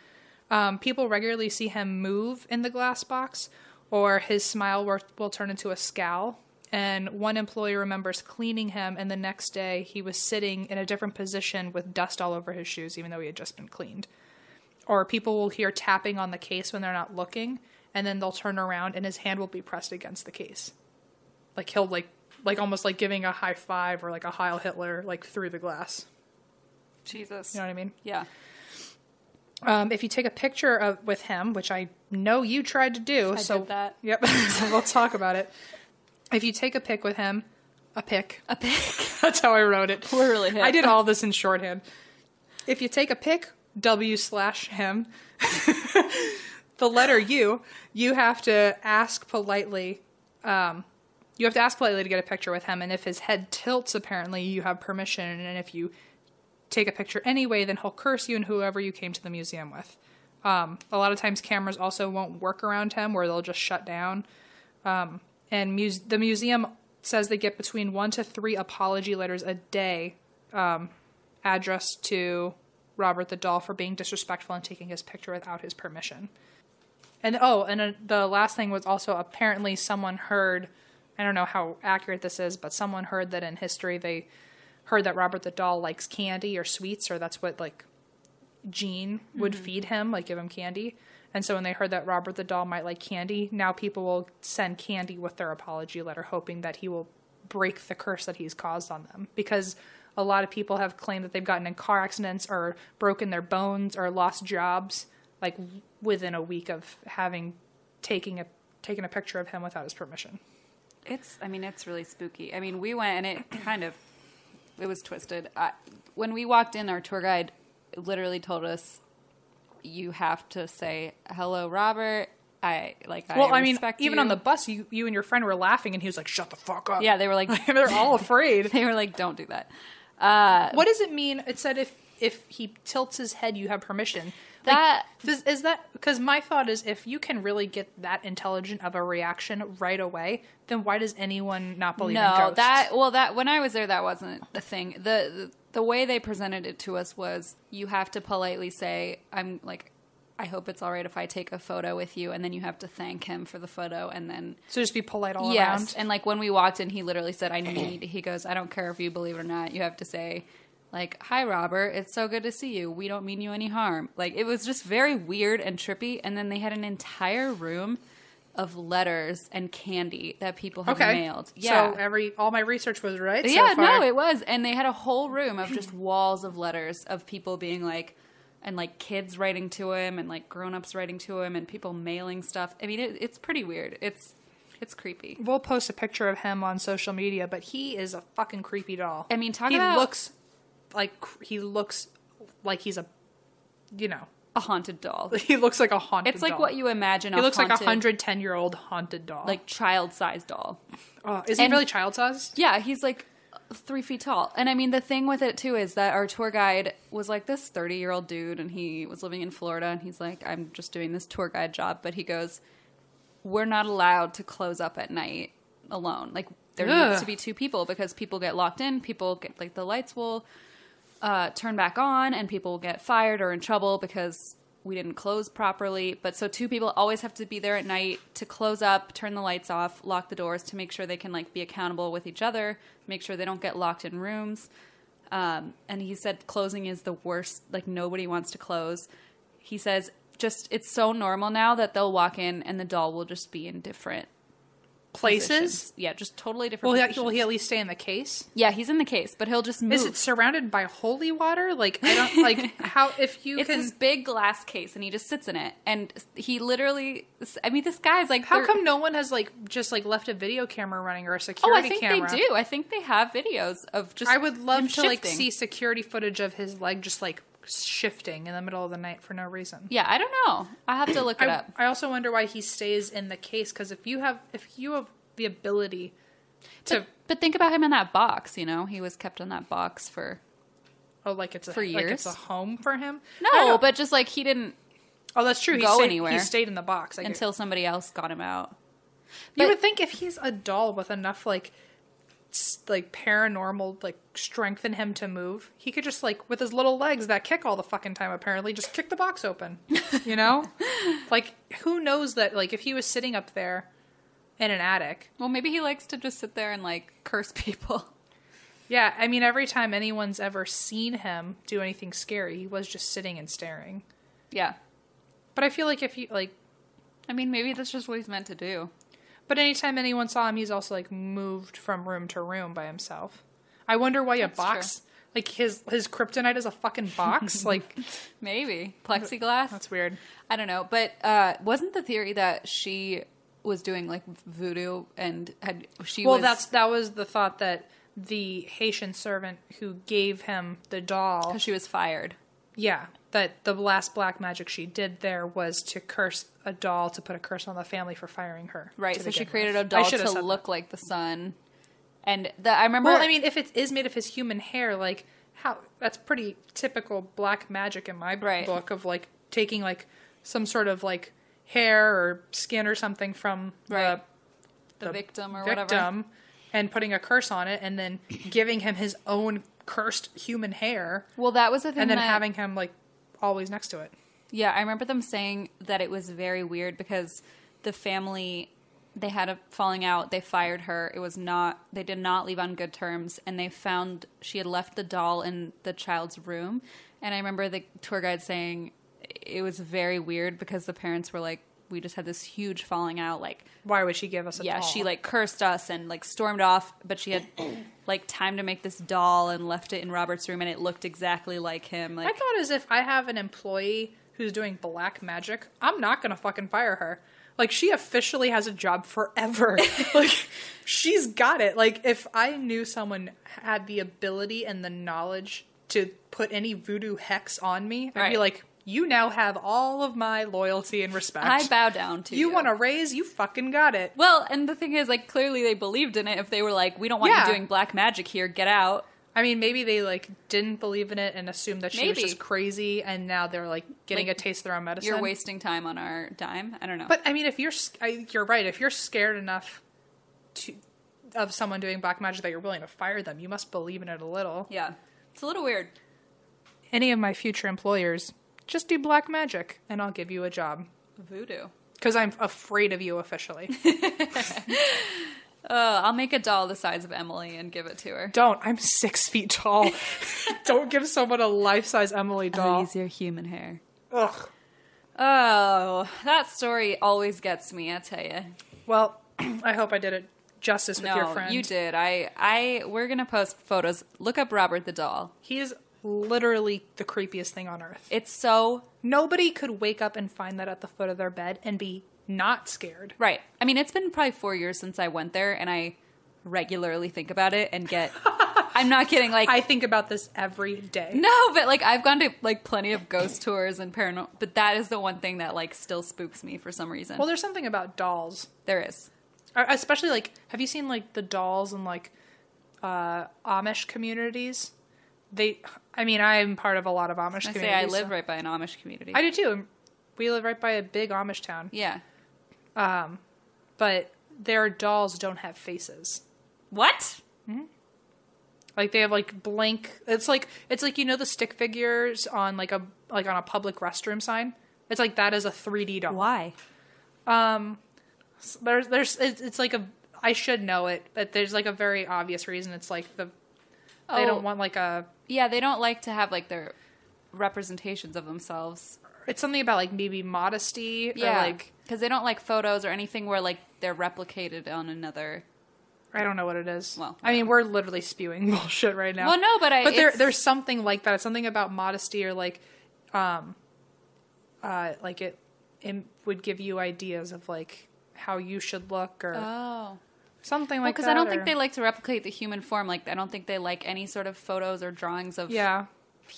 Speaker 3: Um, people regularly see him move in the glass box, or his smile will, will turn into a scowl. And one employee remembers cleaning him, and the next day he was sitting in a different position with dust all over his shoes, even though he had just been cleaned or people will hear tapping on the case when they're not looking and then they'll turn around and his hand will be pressed against the case like he'll like like almost like giving a high five or like a heil hitler like through the glass
Speaker 1: Jesus.
Speaker 3: you know what i mean
Speaker 1: Yeah.
Speaker 3: um, if you take a picture of with him which i know you tried to do
Speaker 1: I
Speaker 3: so
Speaker 1: did that.
Speaker 3: yep so we'll talk about it if you take a pic with him a pic
Speaker 1: A pig.
Speaker 3: that's how i wrote it
Speaker 1: We're really hit.
Speaker 3: I did all this in shorthand. If you take a pic, W slash him, the letter U, you have to ask politely. Um, you have to ask politely to get a picture with him, and if his head tilts, apparently you have permission. And if you take a picture anyway, then he'll curse you and whoever you came to the museum with. Um, a lot of times, cameras also won't work around him, where they'll just shut down and muse- the museum says they get between one to three apology letters a day um, addressed to Robert the doll for being disrespectful and taking his picture without his permission. And oh, and uh, the last thing was also apparently someone heard, I don't know how accurate this is, but someone heard that in history they heard that Robert the doll likes candy or sweets, or that's what like Jean
Speaker 1: Mm.
Speaker 3: would feed him, like give him candy. And so when they heard that Robert the doll might like candy, now people will send candy with their apology letter, hoping that he will break the curse that he's caused on them. Because a lot of people have claimed that they've gotten in car accidents or broken their bones or lost jobs, like w- within a week of having taking a taken a picture of him without his permission.
Speaker 1: It's. I mean, it's really spooky. I mean, we went and it kind of, it was twisted. I, when we walked in, our tour guide literally told us, "You have to say hello, Robert." I like.
Speaker 3: well, I mean,
Speaker 1: respect
Speaker 3: even
Speaker 1: you."
Speaker 3: on the bus, you you and your friend were laughing, and he was like, "Shut the fuck up."
Speaker 1: Yeah, they were like,
Speaker 3: they're all afraid.
Speaker 1: they were like, "Don't do that."
Speaker 3: What does it mean? It said if if he tilts his head, you have permission.
Speaker 1: That
Speaker 3: Does, is that because my thought is if you can really get that intelligent of a reaction right away, then why does anyone not believe in
Speaker 1: no,
Speaker 3: ghosts?
Speaker 1: that well, that when I was there, that wasn't the thing. The, the The way they presented it to us was you have to politely say, "I'm like." I hope it's all right if I take a photo with you, and then you have to thank him for the photo, and then
Speaker 3: so just be polite all around.
Speaker 1: Yes, and like when we walked in, he literally said, "I need." He goes, "I don't care if you believe it or not. You have to say, like, hi Robert, it's so good to see you. We don't mean you any harm." Like it was just very weird and trippy. And then they had an entire room of letters and candy that people had
Speaker 3: Okay.
Speaker 1: mailed. Yeah,
Speaker 3: So every all my research was right. so
Speaker 1: yeah,
Speaker 3: far.
Speaker 1: no, it was. And they had a whole room of just walls of letters of people being like, and like kids writing to him, and like grown ups writing to him, and people mailing stuff. I mean, it, it's pretty weird. It's it's creepy.
Speaker 3: We'll post a picture of him on social media, but he is a fucking creepy doll.
Speaker 1: I mean, talk
Speaker 3: he
Speaker 1: about-
Speaker 3: looks like cr- he looks like he's a, you know,
Speaker 1: a haunted doll.
Speaker 3: he looks like a haunted.
Speaker 1: It's like
Speaker 3: doll.
Speaker 1: what you imagine.
Speaker 3: He looks like a
Speaker 1: haunted,
Speaker 3: hundred ten year old haunted doll.
Speaker 1: like child-sized doll.
Speaker 3: oh, is
Speaker 1: and-
Speaker 3: he really child sized?
Speaker 1: Yeah, he's like three feet tall. And I mean, the thing with it too is that our tour guide was like this thirty-year-old dude, and he was living in Florida, and he's like, "I'm just doing this tour guide job," but he goes, "We're not allowed to close up at night alone. Like there needs
Speaker 3: Ugh.
Speaker 1: to be two people because people get locked in. People get like the lights will." uh, turn back on and people get fired or in trouble because we didn't close properly. But so two people always have to be there at night to close up, turn the lights off, lock the doors to make sure they can like be accountable with each other, make sure they don't get locked in rooms. Um, and he said closing is the worst. Like nobody wants to close. He says just it's so normal now that they'll walk in and the doll will just be in different
Speaker 3: Places.
Speaker 1: positions. Yeah, just totally different.
Speaker 3: Will he,
Speaker 1: positions.
Speaker 3: will he at least stay in the case?
Speaker 1: yeah, he's in the case, but he'll just move.
Speaker 3: Is it surrounded by holy water? Like I don't like how if you
Speaker 1: it's
Speaker 3: can.
Speaker 1: this big glass case and he just sits in it and he literally i mean this guy's like
Speaker 3: how
Speaker 1: thir-
Speaker 3: come no one has like just like left a video camera running or a
Speaker 1: oh
Speaker 3: security
Speaker 1: i think
Speaker 3: camera?
Speaker 1: they do i think they have videos of just
Speaker 3: I would love
Speaker 1: him
Speaker 3: to like
Speaker 1: shifting.
Speaker 3: see security footage of his leg just like shifting in the middle of the night for no reason.
Speaker 1: yeah i don't know i have to look it
Speaker 3: I,
Speaker 1: up
Speaker 3: I also wonder why he stays in the case because if you have if you have the ability to
Speaker 1: but, but think about him in that box you know he was kept in that box for
Speaker 3: oh like it's a
Speaker 1: For
Speaker 3: like it's a
Speaker 1: years?
Speaker 3: home for him. I
Speaker 1: no
Speaker 3: don't-
Speaker 1: but just like he didn't
Speaker 3: oh that's true. He
Speaker 1: go
Speaker 3: stayed, He
Speaker 1: anywhere
Speaker 3: stayed in the box I get-
Speaker 1: until somebody else got him out
Speaker 3: you
Speaker 1: but-
Speaker 3: would think if he's a doll with enough like s- like paranormal like strength in him to move, he could just like with his little legs that kick all the fucking time apparently just kick the box open. You know, like who knows that like if he was sitting up there in an attic
Speaker 1: well maybe he likes to just sit there and like curse people
Speaker 3: Yeah, I mean, every time anyone's ever seen him do anything scary, he was just sitting and staring.
Speaker 1: yeah
Speaker 3: But I feel like if you like,
Speaker 1: i mean maybe that's just what he's meant to do
Speaker 3: but anytime anyone saw him, he's also like moved from room to room by himself. I wonder why a box, like his his kryptonite is a fucking box. like
Speaker 1: maybe plexiglass
Speaker 3: that's weird.
Speaker 1: I don't know, but uh, wasn't the theory that she was doing like voodoo and had she
Speaker 3: Well,
Speaker 1: was
Speaker 3: that's that was the thought that the Haitian servant who gave him the doll.
Speaker 1: 'cause she was fired.
Speaker 3: Yeah, that the last black magic she did there was to curse a doll to put a curse on the family for firing her.
Speaker 1: Right.
Speaker 3: to
Speaker 1: So she
Speaker 3: begin
Speaker 1: created
Speaker 3: with.
Speaker 1: a
Speaker 3: I
Speaker 1: doll
Speaker 3: should have
Speaker 1: to
Speaker 3: said that.
Speaker 1: look like the sun. And the, I remember
Speaker 3: Well, I mean, if it is made of his human hair, like how that's pretty typical black magic in my
Speaker 1: Right.
Speaker 3: book of like taking like some sort of like hair or skin or something from
Speaker 1: Right.
Speaker 3: the,
Speaker 1: the, victim or whatever.
Speaker 3: victim and putting a curse on it and then giving him his own cursed human hair
Speaker 1: Well, that was the thing
Speaker 3: and then
Speaker 1: that-
Speaker 3: having him like always next to it.
Speaker 1: Yeah, I remember them saying that it was very weird because the family they had a falling out, they fired her. It was not they did not leave on good terms and they found she had left the doll in the child's room. And I remember the tour guide saying it was very weird because the parents were like we just had this huge falling out like
Speaker 3: Why would she give us a
Speaker 1: yeah,
Speaker 3: doll?
Speaker 1: she like cursed us and like stormed off, but she had like time to make this doll and left it in Robert's room and it looked exactly like him.
Speaker 3: My
Speaker 1: Like
Speaker 3: thought is if I have an employee who's doing black magic, I'm not gonna fucking fire her. Like she officially has a job forever. like she's got it. Like if I knew someone had the ability and the knowledge to put any voodoo hex on me, I'd be
Speaker 1: Right.
Speaker 3: like, you now have all of my loyalty and respect.
Speaker 1: I bow down to you.
Speaker 3: you want a raise? You fucking got it.
Speaker 1: Well, and the thing is, like, clearly they believed in it. If they were like, "We don't want
Speaker 3: Yeah.
Speaker 1: you doing black magic here. Get out."
Speaker 3: I mean, maybe they like didn't believe in it and assumed that she was
Speaker 1: Maybe.
Speaker 3: just crazy, and now they're like getting
Speaker 1: Like,
Speaker 3: a taste of their own medicine.
Speaker 1: You're wasting time on our dime. I don't know.
Speaker 3: But I mean, if you're s- I, you're right, if you're scared enough to of someone doing black magic that you're willing to fire them, you must believe in it a little.
Speaker 1: yeah, it's a little weird.
Speaker 3: Any of my future employers, just do black magic, and I'll give you a job
Speaker 1: Voodoo.
Speaker 3: because I'm afraid of you officially.
Speaker 1: Uh, I'll make a doll the size of Emily and give it to her.
Speaker 3: Don't. I'm six feet tall. Don't give someone a life size Emily doll.
Speaker 1: Use your human hair.
Speaker 3: Ugh.
Speaker 1: Oh, that story always gets me. I tell you.
Speaker 3: Well, I hope I did it justice with your friend.
Speaker 1: you did. I, I, we're gonna post photos. Look up Robert the doll.
Speaker 3: He is literally the creepiest thing on earth.
Speaker 1: It's so
Speaker 3: Nobody could wake up and find that at the foot of their bed and be not scared.
Speaker 1: right. I mean, it's been probably four years since I went there, and I regularly think about it and get. I'm not kidding. Like
Speaker 3: I think about this every day.
Speaker 1: no, but like I've gone to like plenty of ghost tours and paranormal, but that is the one thing that like still spooks me for some reason.
Speaker 3: Well, there's something about dolls,
Speaker 1: there is.
Speaker 3: Uh, especially like have you seen like the dolls in like uh, Amish communities? They, I mean, I'm part of a lot of Amish
Speaker 1: I
Speaker 3: communities.
Speaker 1: say I
Speaker 3: so-
Speaker 1: live right by an Amish community.
Speaker 3: I do too. We live right by a big Amish town,
Speaker 1: yeah.
Speaker 3: but their dolls don't have faces.
Speaker 1: What?
Speaker 3: Like they have like blank. It's like it's like you know the stick figures on like a like on a public restroom sign. It's like that is a 3D doll.
Speaker 1: Why?
Speaker 3: There's there's it's, it's like a I should know it, but there's like a very obvious reason. It's like the they
Speaker 1: Oh.
Speaker 3: don't want like a.
Speaker 1: Yeah, they don't like to have like their representations of themselves.
Speaker 3: It's something about like maybe modesty
Speaker 1: Yeah,
Speaker 3: or like
Speaker 1: because they don't like photos or anything where like they're replicated on another.
Speaker 3: I don't know what it is.
Speaker 1: Well,
Speaker 3: I mean we're literally spewing bullshit right now.
Speaker 1: Well, no, but I-
Speaker 3: but there
Speaker 1: it's-
Speaker 3: there's something like that. It's something about modesty or like, um, uh, like it it would give you ideas of like how you should look or
Speaker 1: Oh,
Speaker 3: something like
Speaker 1: because
Speaker 3: that.
Speaker 1: I don't
Speaker 3: or-
Speaker 1: think they like to replicate the human form. Like I don't think they like any sort of photos or drawings of
Speaker 3: yeah.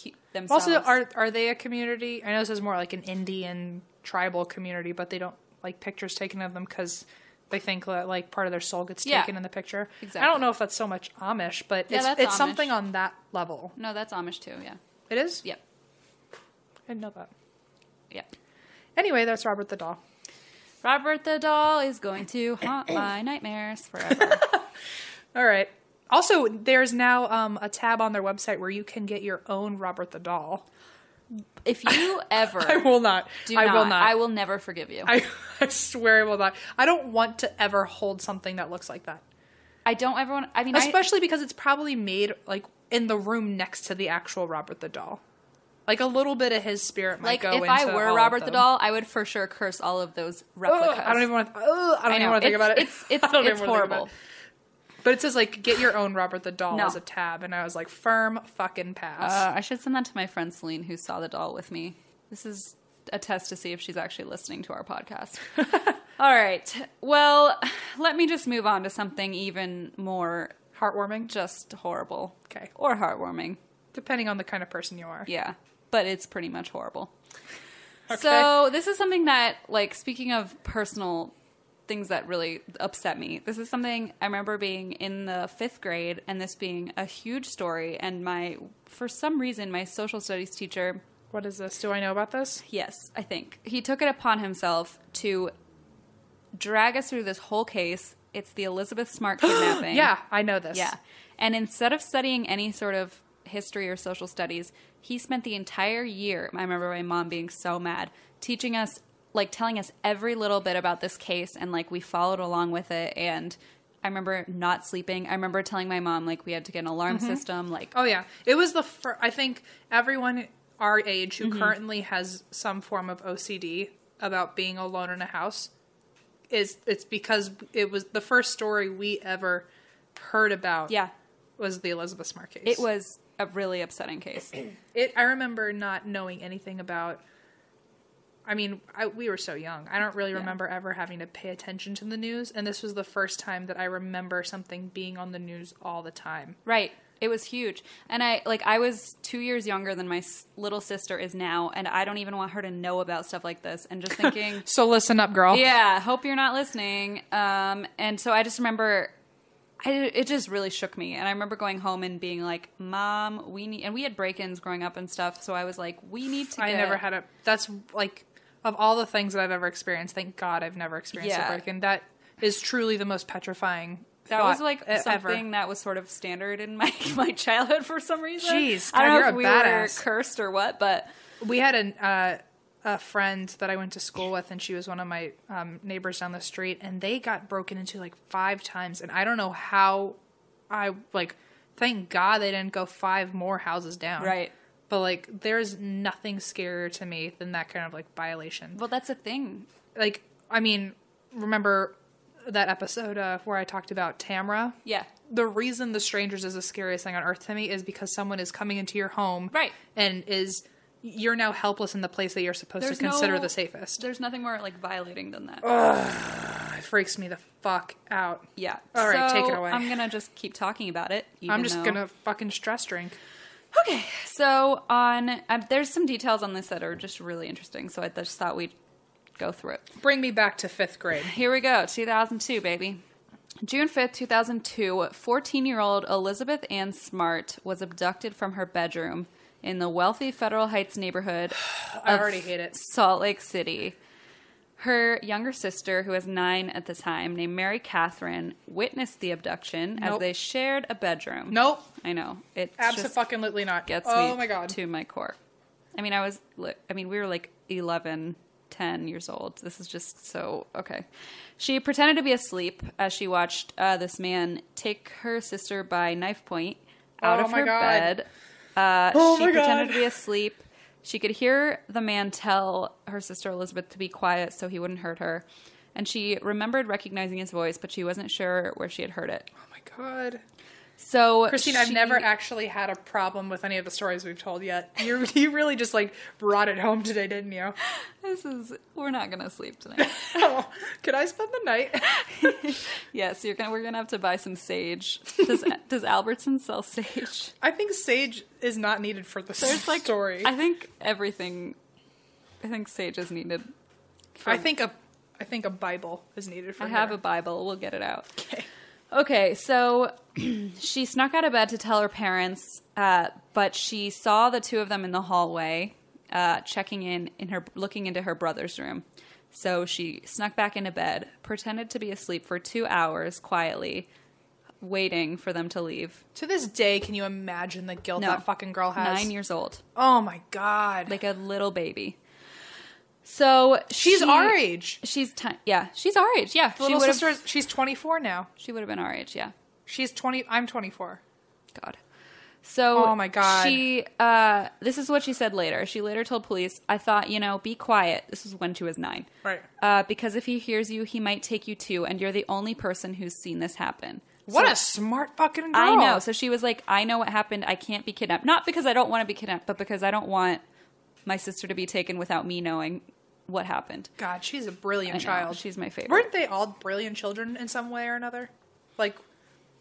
Speaker 1: hu- themselves.
Speaker 3: Also, are are they a community? I know this is more like an Indian tribal community, but they don't like pictures taken of them because they think that like part of their soul gets
Speaker 1: Yeah.
Speaker 3: taken in the picture. I
Speaker 1: Exactly.
Speaker 3: don't know if that's so much Amish, but
Speaker 1: Yeah,
Speaker 3: it's
Speaker 1: that's
Speaker 3: it's
Speaker 1: Amish.
Speaker 3: something on that level.
Speaker 1: no, that's Amish too. Yeah,
Speaker 3: It is.
Speaker 1: yep,
Speaker 3: I didn't know that.
Speaker 1: yep.
Speaker 3: Anyway, that's Robert the doll.
Speaker 1: Robert the doll is going to haunt my nightmares forever.
Speaker 3: All right. Also, there's now um, a tab on their website where you can get your own Robert the doll.
Speaker 1: if you ever
Speaker 3: I will not.
Speaker 1: do
Speaker 3: I
Speaker 1: not,
Speaker 3: will not.
Speaker 1: I will never forgive you.
Speaker 3: I, I swear I will not. I don't want to ever hold something that looks like that.
Speaker 1: I don't ever want. I mean, I,
Speaker 3: especially because it's probably made like in the room next to the actual Robert the doll. Like a little bit of his spirit might
Speaker 1: like
Speaker 3: go
Speaker 1: if
Speaker 3: into
Speaker 1: I were
Speaker 3: all of
Speaker 1: Robert the
Speaker 3: them.
Speaker 1: doll, I would for sure curse all of those
Speaker 3: Ugh,
Speaker 1: replicas.
Speaker 3: I don't even want. To, ugh, I don't
Speaker 1: I
Speaker 3: even
Speaker 1: know.
Speaker 3: want to think
Speaker 1: It's-
Speaker 3: about it.
Speaker 1: it's- it's-
Speaker 3: I don't even
Speaker 1: it's
Speaker 3: wanna think about
Speaker 1: horrible.
Speaker 3: it. But it says like get your own Robert the doll
Speaker 1: No.
Speaker 3: as a tab, and I was like firm fucking pass.
Speaker 1: Uh, I should send that to my friend Celine, who saw the doll with me. This is a test to see if she's actually listening to our podcast. All right. Well, let me just move on to something even more
Speaker 3: Heartwarming,
Speaker 1: just horrible.
Speaker 3: Okay.
Speaker 1: Or heartwarming.
Speaker 3: depending on the kind of person you are.
Speaker 1: Yeah. But it's pretty much horrible. So, this is something that, like, speaking of personal things that really upset me, this is something I remember being in the fifth grade and this being a huge story. And my, for some reason, my social studies teacher
Speaker 3: What is this? Do I know about this?
Speaker 1: Yes, I think. He took it upon himself to drag us through this whole case. It's the Elizabeth Smart kidnapping.
Speaker 3: Yeah, I know this.
Speaker 1: Yeah. And instead of studying any sort of history or social studies, he spent the entire year, I remember my mom being so mad, teaching us, like telling us every little bit about this case. And like we followed along with it. And I remember not sleeping. I remember telling my mom, like, we had to get an alarm system. Like,
Speaker 3: Oh yeah, it was the fir- I think everyone our age who currently has some form of OCD about being alone in a house is it's because it was the first story we ever heard about.
Speaker 1: yeah,
Speaker 3: was the Elizabeth Smart case.
Speaker 1: it was a really upsetting case.
Speaker 3: It. I remember not knowing anything about. I mean, I, we were so young. I don't really remember ever having to pay attention to the news, and this was the first time that I remember something being on the news all the time.
Speaker 1: Right. It was huge. And I like I was 2 years younger than my s- little sister is now and I don't even want her to know about stuff like this and just thinking
Speaker 3: So listen up, girl.
Speaker 1: yeah, hope you're not listening. Um and so I just remember I, it just really shook me. And I remember going home and being like, Mom, we need, and we had break ins growing up and stuff. So I was like, we need to
Speaker 3: I
Speaker 1: get-
Speaker 3: never had a. That's like of all the things that I've ever experienced. Thank God I've never experienced
Speaker 1: Yeah.
Speaker 3: a break-in. That is truly the most petrifying.
Speaker 1: That was like
Speaker 3: e, ever.
Speaker 1: something that was sort of standard in my my childhood for some reason.
Speaker 3: Jeez,
Speaker 1: I don't
Speaker 3: God,
Speaker 1: know
Speaker 3: you're
Speaker 1: if
Speaker 3: a
Speaker 1: we
Speaker 3: badass.
Speaker 1: were cursed or what, but
Speaker 3: we had an, uh, a friend that I went to school with, and she was one of my um, neighbors down the street, and they got broken into like five times, and I don't know how I like. Thank God they didn't go five more houses down.
Speaker 1: Right.
Speaker 3: But like, there's nothing scarier to me than that kind of like violation.
Speaker 1: well, that's a thing.
Speaker 3: Like, I mean, remember that episode uh, where I talked about Tamra?
Speaker 1: Yeah,
Speaker 3: the reason the strangers is the scariest thing on earth to me is because someone is coming into your home
Speaker 1: Right.
Speaker 3: and is you're now helpless in the place that you're supposed
Speaker 1: There's
Speaker 3: to consider
Speaker 1: no-
Speaker 3: the safest
Speaker 1: there's nothing more like violating than that.
Speaker 3: it freaks me the fuck out
Speaker 1: yeah.
Speaker 3: all right, take it
Speaker 1: So
Speaker 3: away.
Speaker 1: I'm gonna just keep talking about it.
Speaker 3: i'm
Speaker 1: even
Speaker 3: just
Speaker 1: though-
Speaker 3: gonna fucking stress drink
Speaker 1: Okay, so on uh, there's some details on this that are just really interesting. So I just thought we'd go through it.
Speaker 3: bring me back to fifth grade
Speaker 1: Here we go, 2002, baby. June 5th, 2002, 14 year old Elizabeth Ann Smart was abducted from her bedroom in the wealthy Federal Heights neighborhood
Speaker 3: i already hate it
Speaker 1: Salt Lake City. Her younger sister, who was nine at the time, named Mary Catherine, witnessed the abduction as
Speaker 3: Nope.
Speaker 1: they shared a bedroom.
Speaker 3: nope
Speaker 1: I know. It just
Speaker 3: absolutely not
Speaker 1: gets
Speaker 3: oh
Speaker 1: me
Speaker 3: my god
Speaker 1: to my core. I mean, I was, li- I mean, we were like 11, 10 years old. This is just so, okay. She pretended to be asleep as she watched uh, this man take her sister by knife point out
Speaker 3: Oh
Speaker 1: of
Speaker 3: my
Speaker 1: her
Speaker 3: God.
Speaker 1: bed. Uh,
Speaker 3: Oh
Speaker 1: she
Speaker 3: my
Speaker 1: pretended
Speaker 3: God.
Speaker 1: to be asleep. She could hear the man tell her sister Elizabeth to be quiet so he wouldn't hurt her. And she remembered recognizing his voice, but she wasn't sure where she had heard it.
Speaker 3: oh my god
Speaker 1: So,
Speaker 3: Christine, I've
Speaker 1: she-
Speaker 3: never actually had a problem with any of the stories we've told yet. You you really just like brought it home today, didn't you?
Speaker 1: This is. We're not gonna sleep tonight.
Speaker 3: Oh, could I spend the night?
Speaker 1: Yes, you're gonna. We're gonna have to buy some sage. Does Does Albertson sell sage?
Speaker 3: I think sage is not needed for this
Speaker 1: There's like
Speaker 3: story.
Speaker 1: I think everything. I think sage is needed.
Speaker 3: I think a I think a Bible is needed for
Speaker 1: I have
Speaker 3: her.
Speaker 1: a Bible. We'll get it out. Okay. Okay. So she snuck out of bed to tell her parents, uh, but she saw the two of them in the hallway, uh, checking in in her, looking into her brother's room. So she snuck back into bed, pretended to be asleep for two hours quietly, waiting for them to leave.
Speaker 3: to this day, can you imagine the guilt
Speaker 1: No.
Speaker 3: that fucking girl has?
Speaker 1: Nine years old,
Speaker 3: Oh my god.
Speaker 1: like a little baby. So
Speaker 3: she's
Speaker 1: she-
Speaker 3: our age.
Speaker 1: She's ti yeah. She's our age. Yeah, she
Speaker 3: Little
Speaker 1: would
Speaker 3: sister
Speaker 1: have.
Speaker 3: is- she's twenty four now.
Speaker 1: She would have been our age. Yeah.
Speaker 3: She's twenty I'm twenty four.
Speaker 1: God. So
Speaker 3: Oh, my God.
Speaker 1: She uh this is what she said later. She later told police, I thought, you know, be quiet. This was when she was nine.
Speaker 3: Right.
Speaker 1: Uh, because if he hears you, he might take you too, and you're the only person who's seen this happen.
Speaker 3: What
Speaker 1: So-
Speaker 3: a smart fucking girl.
Speaker 1: I know. So she was like, I know what happened. I can't be kidnapped. Not because I don't want to be kidnapped, but because I don't want my sister to be taken without me knowing what happened.
Speaker 3: God, she's a
Speaker 1: I
Speaker 3: brilliant
Speaker 1: know.
Speaker 3: child.
Speaker 1: She's my favorite.
Speaker 3: Weren't they all brilliant children in some way or another? Like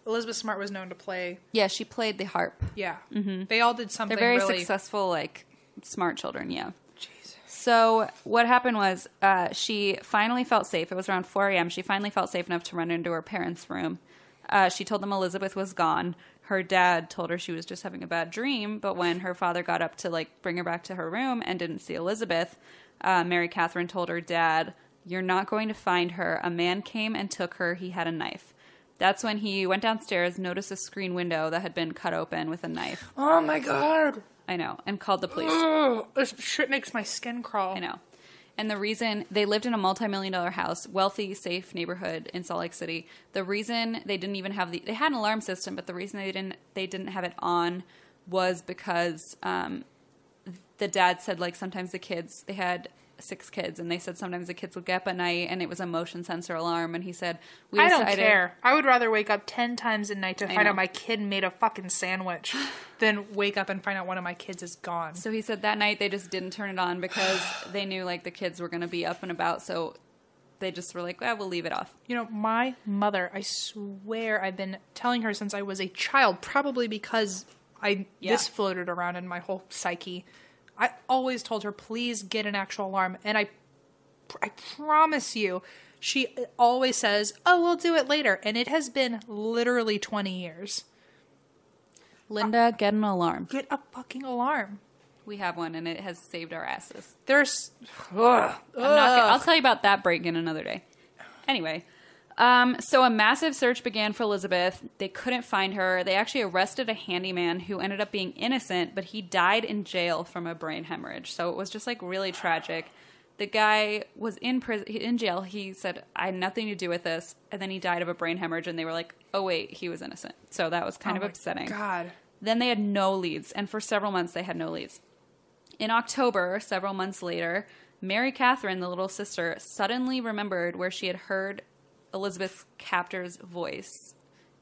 Speaker 3: Elizabeth Smart was known to play.
Speaker 1: Yeah, she played the harp.
Speaker 3: Yeah. They all did something
Speaker 1: Mm-hmm. They're very
Speaker 3: really
Speaker 1: successful, like smart children. Yeah.
Speaker 3: Jesus.
Speaker 1: So what happened was uh, she finally felt safe. It was around 4 a.m. She finally felt safe enough to run into her parents' room. Uh, she told them Elizabeth was gone. Her dad told her she was just having a bad dream. But when her father got up to like bring her back to her room and didn't see Elizabeth, uh, Mary Catherine told her dad, "You're not going to find her. A man came and took her. He had a knife." That's when he went downstairs, noticed a screen window that had been cut open with a knife.
Speaker 3: Oh my god.
Speaker 1: I know, and called the police.
Speaker 3: Ugh, this shit makes my skin crawl.
Speaker 1: I know. And the reason they lived in a multi-million dollar house, wealthy, safe neighborhood in Salt Lake City. The reason they didn't even have the they had an alarm system, but the reason they didn't they didn't have it on was because um, the dad said like sometimes the kids they had six kids and they said sometimes the kids would get up at night and it was a motion sensor alarm and he said we
Speaker 3: I don't
Speaker 1: decided-
Speaker 3: care. I would rather wake up 10 times a night to find
Speaker 1: know.
Speaker 3: out my kid made a fucking sandwich than wake up and find out one of my kids is gone.
Speaker 1: So he said that night they just didn't turn it on because they knew like the kids were going to be up and about, so they just were like, "Well, we'll leave it off."
Speaker 3: You know, my mother, I swear I've been telling her since I was a child, probably because I
Speaker 1: Yeah.
Speaker 3: this floated around in my whole psyche. I always told her, please get an actual alarm. And I I promise you, she always says, "Oh, we'll do it later," and it has been literally twenty years.
Speaker 1: Linda, get an alarm.
Speaker 3: Get a fucking alarm.
Speaker 1: We have one, and it has saved our asses.
Speaker 3: There's
Speaker 1: I'm not gonna- I'll tell you about that break in another day. Anyway, um, so a massive search began for Elizabeth. They couldn't find her. They actually arrested a handyman who ended up being innocent, but he died in jail from a brain hemorrhage. So it was just like really tragic. The guy was in prison, in jail. He said, "I had nothing to do with this," and then he died of a brain hemorrhage. And they were like, "Oh wait, he was innocent." So that was kind
Speaker 3: Oh
Speaker 1: of
Speaker 3: my
Speaker 1: upsetting.
Speaker 3: God.
Speaker 1: Then they had no leads, and for several months they had no leads. In October, several months later, Mary Catherine, the little sister, suddenly remembered where she had heard Elizabeth's captor's voice.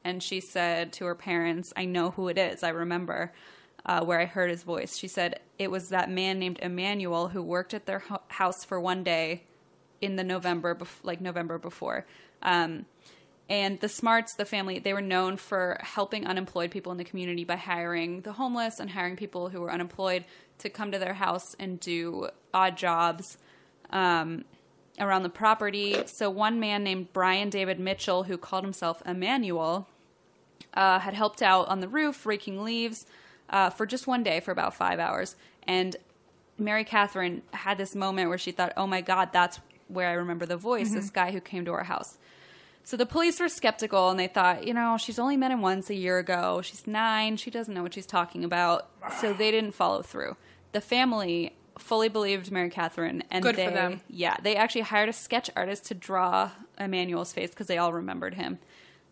Speaker 1: And she said to her parents, I know who it is. I remember uh, where I heard his voice. She said, It was that man named Emmanuel who worked at their ho- house for one day in the November, bef- like November before. Um, and the Smarts, the family, they were known for helping unemployed people in the community by hiring the homeless and hiring people who were unemployed to come to their house and do odd jobs um, around the property. So one man named Brian David Mitchell, who called himself Emmanuel, uh, had helped out on the roof raking leaves uh, for just one day for about five hours. And Mary Catherine had this moment where she thought, oh my God, that's where I remember the voice, this
Speaker 3: Mm-hmm.
Speaker 1: guy who came to our house. So the police were skeptical and they thought, you know, she's only met him once a year ago. She's nine. She doesn't know what she's talking about. So they didn't follow through. The family fully believed Mary Catherine and
Speaker 3: Good for
Speaker 1: they,
Speaker 3: them.
Speaker 1: yeah, they actually hired a sketch artist to draw Emmanuel's face because they all remembered him.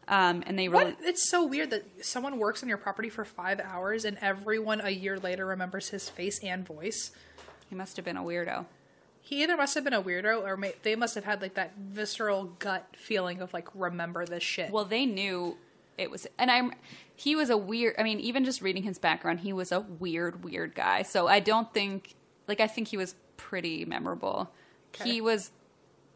Speaker 1: Um, and they really,
Speaker 3: What? It's so weird that someone works on your property for five hours and everyone a year later remembers his face and voice.
Speaker 1: he must have been a weirdo.
Speaker 3: He either must have been a weirdo or may- they must have had like that visceral gut feeling of like remember this shit.
Speaker 1: Well, they knew it was, and I'm. He was a weird. I mean, even just reading his background, he was a weird, weird guy. So I don't think, like, I think he was pretty memorable. He was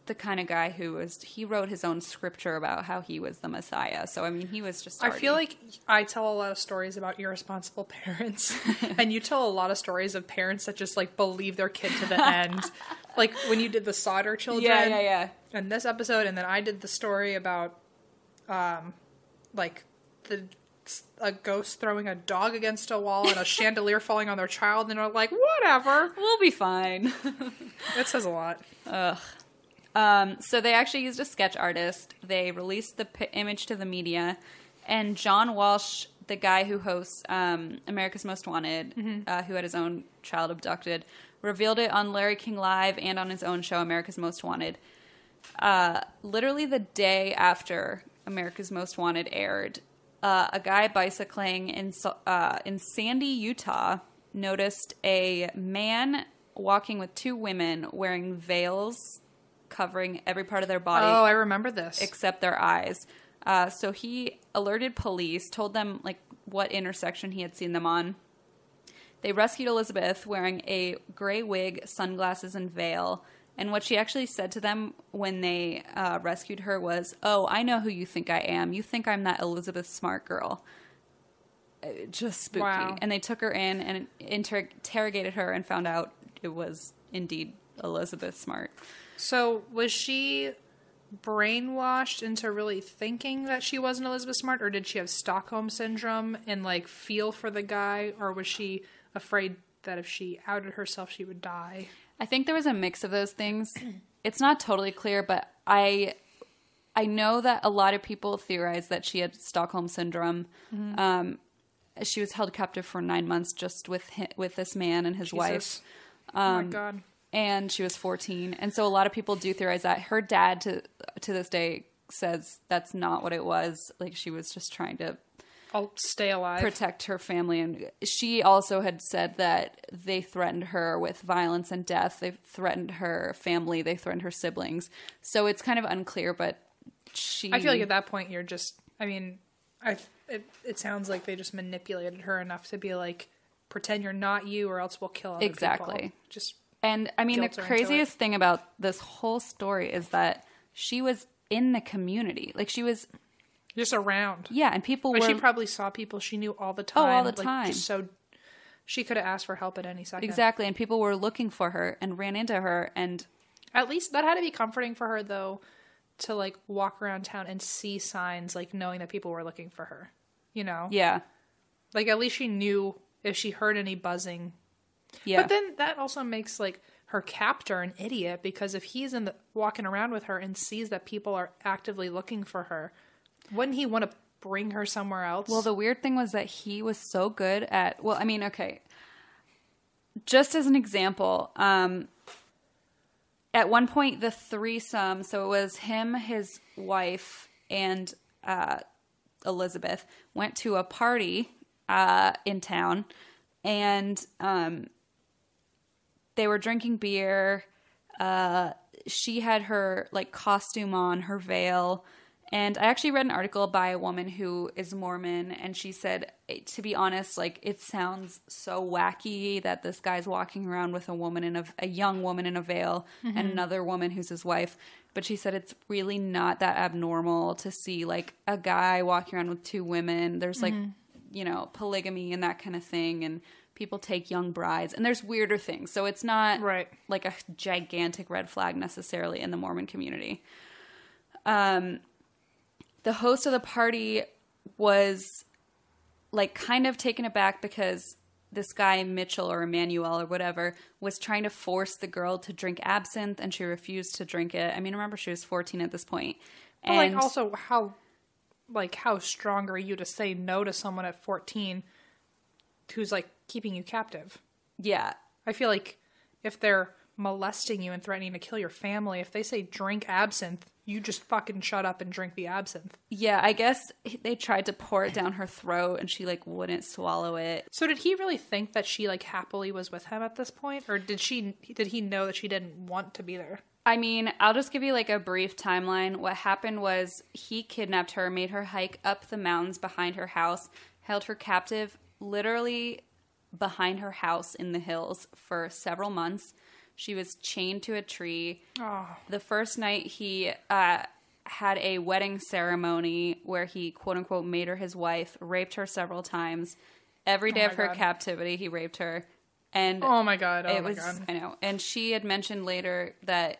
Speaker 1: the kind of guy who was. He wrote his own scripture about how he was the Messiah. So I mean, he was just.
Speaker 3: I feel
Speaker 1: already-
Speaker 3: like I tell a lot of stories about irresponsible parents, and you tell a lot of stories of parents that just like believe their kid to the end. like when you did the solder children,
Speaker 1: Yeah, yeah, yeah.
Speaker 3: in this episode, and then I did the story about, um, like the a ghost throwing a dog against a wall and a chandelier falling on their child, and they're like, whatever.
Speaker 1: We'll be fine.
Speaker 3: That says a lot.
Speaker 1: Um, so they actually used a sketch artist. They released the p- image to the media, and John Walsh, the guy who hosts um, America's Most Wanted, uh, who had his own child abducted, revealed it on Larry King Live and on his own show, America's Most Wanted. Uh, literally the day after America's Most Wanted aired, uh, a guy bicycling in Sa- uh, in Sandy, Utah, noticed a man walking with two women wearing veils covering every part of their body
Speaker 3: Oh, I remember this.
Speaker 1: except their eyes. Uh, so he alerted police, told them like what intersection he had seen them on. They rescued Elizabeth wearing a gray wig, sunglasses, and veil. And what she actually said to them when they uh, rescued her was, "Oh, I know who you think I am. You think I'm that Elizabeth Smart girl." Uh, Just spooky.
Speaker 3: Wow.
Speaker 1: And they took her in and inter- interrogated her and found out it was indeed Elizabeth Smart.
Speaker 3: so was she brainwashed into really thinking that she wasn't Elizabeth Smart, or did she have Stockholm syndrome and like feel for the guy, or was she afraid that if she outed herself, she would die?
Speaker 1: I think there was a mix of those things. It's not totally clear, but I I know that a lot of people theorize that she had Stockholm syndrome. Um, she was held captive for nine months just with hi with this man and his wife,
Speaker 3: Jesus. oh my god.
Speaker 1: and she was fourteen. And so a lot of people do theorize that her dad to to this day says that's not what it was. Like she was just trying to
Speaker 3: I'll stay alive.
Speaker 1: protect her family and she also had said that they threatened her with violence and death they threatened her family they threatened her siblings so it's kind of unclear but she
Speaker 3: I feel like at that point you're just. I mean, I it, it sounds like they just manipulated her enough to be like, pretend you're not you, or else we'll kill other
Speaker 1: Exactly.
Speaker 3: people." Just
Speaker 1: and i mean the
Speaker 3: guilt her into it.
Speaker 1: craziest thing about this whole story is that she was in the community like she was
Speaker 3: just around.
Speaker 1: yeah and people
Speaker 3: But
Speaker 1: were
Speaker 3: she probably saw people she knew all the
Speaker 1: Oh,
Speaker 3: time.
Speaker 1: all the
Speaker 3: like,
Speaker 1: time.
Speaker 3: Just so she could have asked for help at any second.
Speaker 1: exactly and people were looking for her and ran into her and
Speaker 3: At least that had to be comforting for her though, to like walk around town and see signs, like knowing that people were looking for her. You know?
Speaker 1: Yeah.
Speaker 3: Like at least she knew if she heard any buzzing.
Speaker 1: Yeah.
Speaker 3: But then that also makes like her captor an idiot because if he's in the walking around with her and sees that people are actively looking for her, wouldn't he want to bring her somewhere else?
Speaker 1: Well, the weird thing was that he was so good at. Well, I mean, okay. Just as an example, um, at one point the threesome. So it was him, his wife, and uh, Elizabeth went to a party uh, in town, and um, they were drinking beer. Uh, she had her like costume on, her veil. And I actually read an article by a woman who is Mormon, and she said, "It- to be honest, like it sounds so wacky that this guy's walking around with a woman in a, a young woman in a veil and another woman who's his wife. But she said it's really not that abnormal to see like a guy walking around with two women. There's like, you know, polygamy and that kind of thing, and people take young brides, and there's weirder things. So it's not
Speaker 3: Right.
Speaker 1: like a gigantic red flag necessarily in the Mormon community. Um, the host of the party was like kind of taken aback because this guy Mitchell or Emmanuel or whatever was trying to force the girl to drink absinthe and she refused to drink it. I mean, remember she was 14 at this point.
Speaker 3: But
Speaker 1: and
Speaker 3: like also how like how strong are you to say no to someone at 14 who's like keeping you captive?
Speaker 1: yeah,
Speaker 3: I feel like if they're molesting you and threatening to kill your family, if they say drink absinthe, you just fucking shut up and drink the absinthe.
Speaker 1: yeah, I guess he- they tried to pour it down her throat and she like wouldn't swallow it.
Speaker 3: So did he really think that she like happily was with him at this point or did she did he know that she didn't want to be there?
Speaker 1: I mean, I'll just give you like a brief timeline. What happened was he kidnapped her, made her hike up the mountains behind her house, held her captive literally behind her house in the hills for several months. She was chained to a tree.
Speaker 3: Ah.
Speaker 1: The first night he uh, had a wedding ceremony where he quote unquote made her his wife, raped her several times. Every day
Speaker 3: Oh my
Speaker 1: of her
Speaker 3: God.
Speaker 1: captivity, he raped her. And
Speaker 3: Oh my god. Oh
Speaker 1: it
Speaker 3: my
Speaker 1: was
Speaker 3: god.
Speaker 1: i know and she had mentioned later that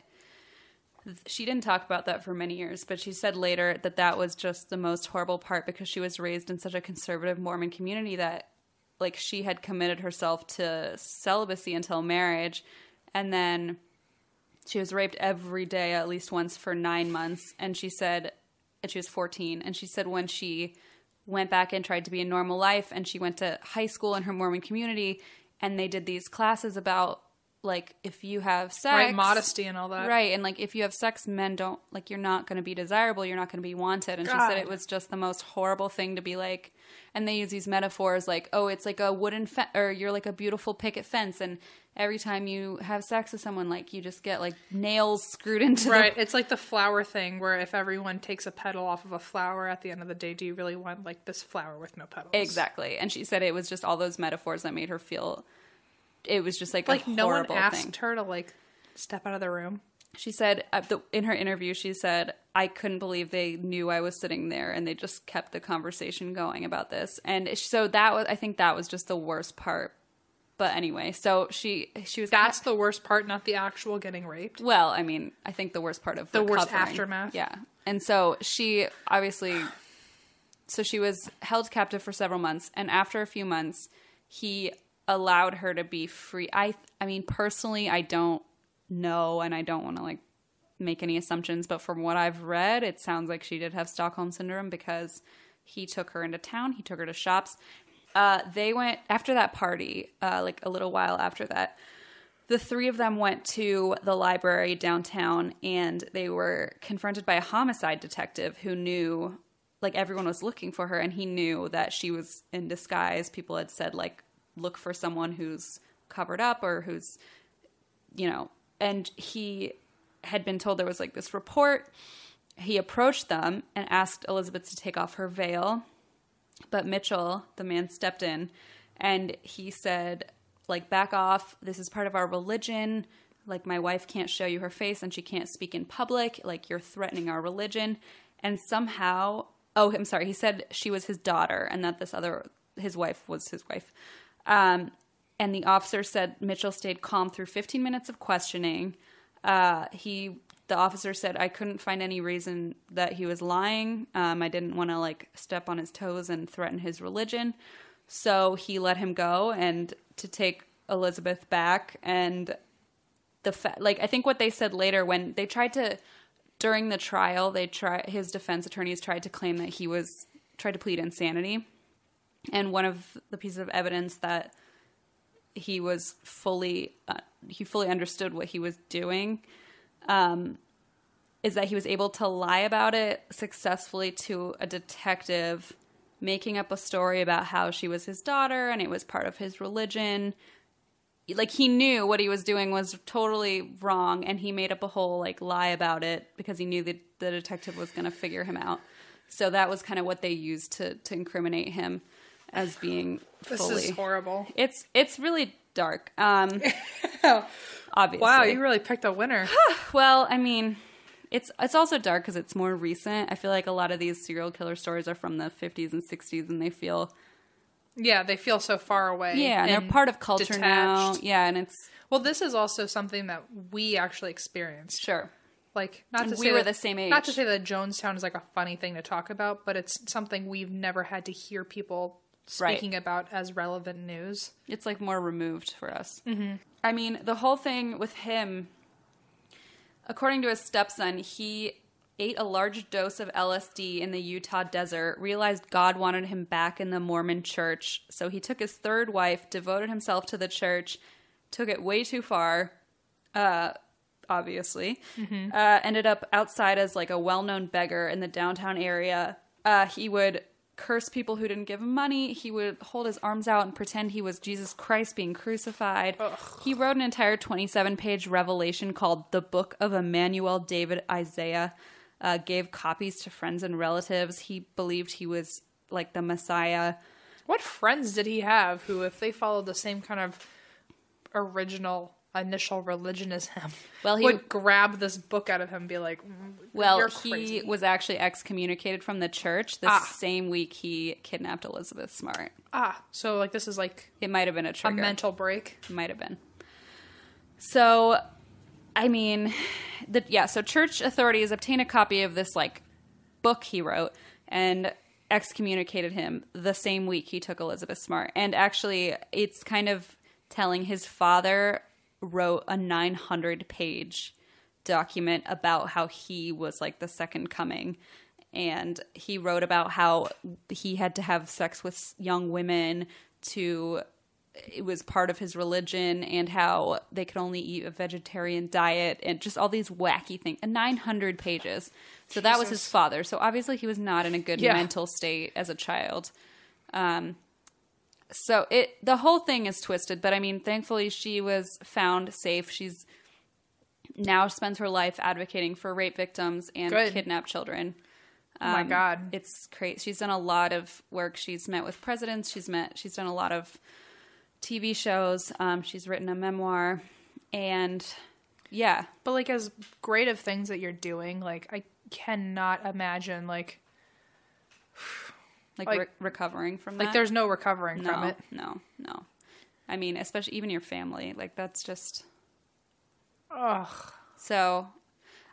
Speaker 1: th- she didn't talk about that for many years but she said later that that was just the most horrible part because she was raised in such a conservative mormon community that like she had committed herself to celibacy until marriage and then she was raped every day at least once for nine months and she said and she was 14 and she said when she went back and tried to be a normal life and she went to high school in her mormon community and they did these classes about like if you have sex
Speaker 3: Right, modesty and all that.
Speaker 1: right and like if you have sex men don't like you're not going to be desirable you're not going to be wanted and she
Speaker 3: God.
Speaker 1: said it was just the most horrible thing to be like and they use these metaphors like oh it's like a wooden fe- or you're like a beautiful picket fence and every time you have sex with someone like you just get like nails screwed into the
Speaker 3: Right, it's like the flower thing where if everyone takes a petal off of a flower at the end of the day, do you really want like this flower with no petals?
Speaker 1: Exactly. And she said it was just all those metaphors that made her feel it was just like,
Speaker 3: Like
Speaker 1: a
Speaker 3: no one
Speaker 1: horrible
Speaker 3: asked
Speaker 1: thing.
Speaker 3: her to like step out of the room.
Speaker 1: She said at the, in her interview she said I couldn't believe they knew I was sitting there and they just kept the conversation going about this. And so that was I think that was just the worst part. But anyway, so she she was
Speaker 3: That's the worst part, not the actual getting raped.
Speaker 1: Well, I mean, I think the worst part of
Speaker 3: The worst
Speaker 1: recovering.
Speaker 3: aftermath.
Speaker 1: Yeah, and so she obviously, so she was held captive for several months, and after a few months, he allowed her to be free. I, I mean, personally, I don't know, and I don't want to like make any assumptions, but from what I've read, it sounds like she did have Stockholm syndrome because he took her into town, he took her to shops. Uh, they went after that party, uh, like a little while after that the three of them went to the library downtown and they were confronted by a homicide detective who knew like everyone was looking for her and he knew that she was in disguise people had said like look for someone who's covered up or who's you know and he had been told there was like this report he approached them and asked elizabeth to take off her veil but Mitchell, the man, stepped in and he said, like, back off. This is part of our religion. Like, my wife can't show you her face and she can't speak in public. Like, you're threatening our religion. And somehow, oh, I'm sorry. He said she was his daughter and that this other, his wife was his wife. Um, and the officer said Mitchell stayed calm through 15 minutes of questioning. uh, he the officer said i couldn't find any reason that he was lying um, i didn't want to like step on his toes and threaten his religion so he let him go and to take elizabeth back and the fa- like i think what they said later when they tried to during the trial they try his defense attorneys tried to claim that he was tried to plead insanity and one of the pieces of evidence that he was fully uh, he fully understood what he was doing um, is that he was able to lie about it successfully to a detective making up a story about how she was his daughter and it was part of his religion like he knew what he was doing was totally wrong and he made up a whole like lie about it because he knew that the detective was going to figure him out so that was kind of what they used to to incriminate him as being
Speaker 3: This
Speaker 1: fully
Speaker 3: is horrible.
Speaker 1: it's it's really dark. Um, obviously.
Speaker 3: Wow, you really picked a winner.
Speaker 1: well, I mean, it's it's also dark because it's more recent. I feel like a lot of these serial killer stories are from the 50s and 60s, and they feel
Speaker 3: yeah, they feel so far away.
Speaker 1: yeah, and they're part of culture now.
Speaker 3: detached.
Speaker 1: Yeah, and it's
Speaker 3: Well, this is also something that we actually experienced.
Speaker 1: sure.
Speaker 3: Like not
Speaker 1: And
Speaker 3: to
Speaker 1: we
Speaker 3: say
Speaker 1: were
Speaker 3: that-
Speaker 1: the same
Speaker 3: Not
Speaker 1: age.
Speaker 3: to say that Jonestown is like a funny thing to talk about, but it's something we've never had to hear people
Speaker 1: Right.
Speaker 3: speaking about as relevant news.
Speaker 1: It's like more removed for us. Mm-hmm. I mean, the whole thing with him, according to his stepson, he ate a large dose of LSD in the Utah desert, realized God wanted him back in the Mormon church, so he took his third wife, devoted himself to the church, took it way too far, uh, obviously, uh, ended up outside as like a well known beggar in the downtown area. Uh, he would curse people who didn't give him money. He would hold his arms out and pretend he was Jesus Christ being crucified. He wrote an entire 27 page revelation called The Book of Emmanuel David Isaiah, uh, gave copies to friends and relatives. He believed he was like the Messiah.
Speaker 3: What friends did he have who, if they followed the same kind of original initial religion as him,
Speaker 1: Well, he-
Speaker 3: would grab this book out of him and be like, "Mm,
Speaker 1: Well,
Speaker 3: you're
Speaker 1: he
Speaker 3: crazy.
Speaker 1: was actually excommunicated from the church the
Speaker 3: Ah.
Speaker 1: same week he kidnapped Elizabeth Smart.
Speaker 3: ah." So like this is like
Speaker 1: It might have been a
Speaker 3: a
Speaker 1: trigger.
Speaker 3: mental break.
Speaker 1: might have been. So, I mean, the, yeah. So church authorities obtained a copy of this like book he wrote and excommunicated him the same week he took Elizabeth Smart. And actually, it's kind of telling his father wrote a 900 page document about how he was like the second coming. And he wrote about how he had to have sex with young women to, it was part of his religion, and how they could only eat a vegetarian diet, and just all these wacky things. 900 pages. So that was his father. So obviously he was not in a good
Speaker 3: Yeah.
Speaker 1: mental state as a child. Um, so it the whole thing is twisted, but I mean, thankfully she was found safe. She's now spends her life advocating for rape victims and
Speaker 3: Good.
Speaker 1: kidnapped children.
Speaker 3: oh my
Speaker 1: Um,
Speaker 3: god!
Speaker 1: It's crazy. She's done a lot of work. She's met with presidents. She's met. She's done a lot of TV shows. Um, she's written a memoir, and yeah,
Speaker 3: But like as great of things that you're doing, like I cannot imagine like
Speaker 1: like,
Speaker 3: Like-
Speaker 1: re- recovering from
Speaker 3: like
Speaker 1: that.
Speaker 3: there's no recovering
Speaker 1: no,
Speaker 3: from it.
Speaker 1: No, no. I mean, especially even your family. Like that's just
Speaker 3: Ugh.
Speaker 1: so.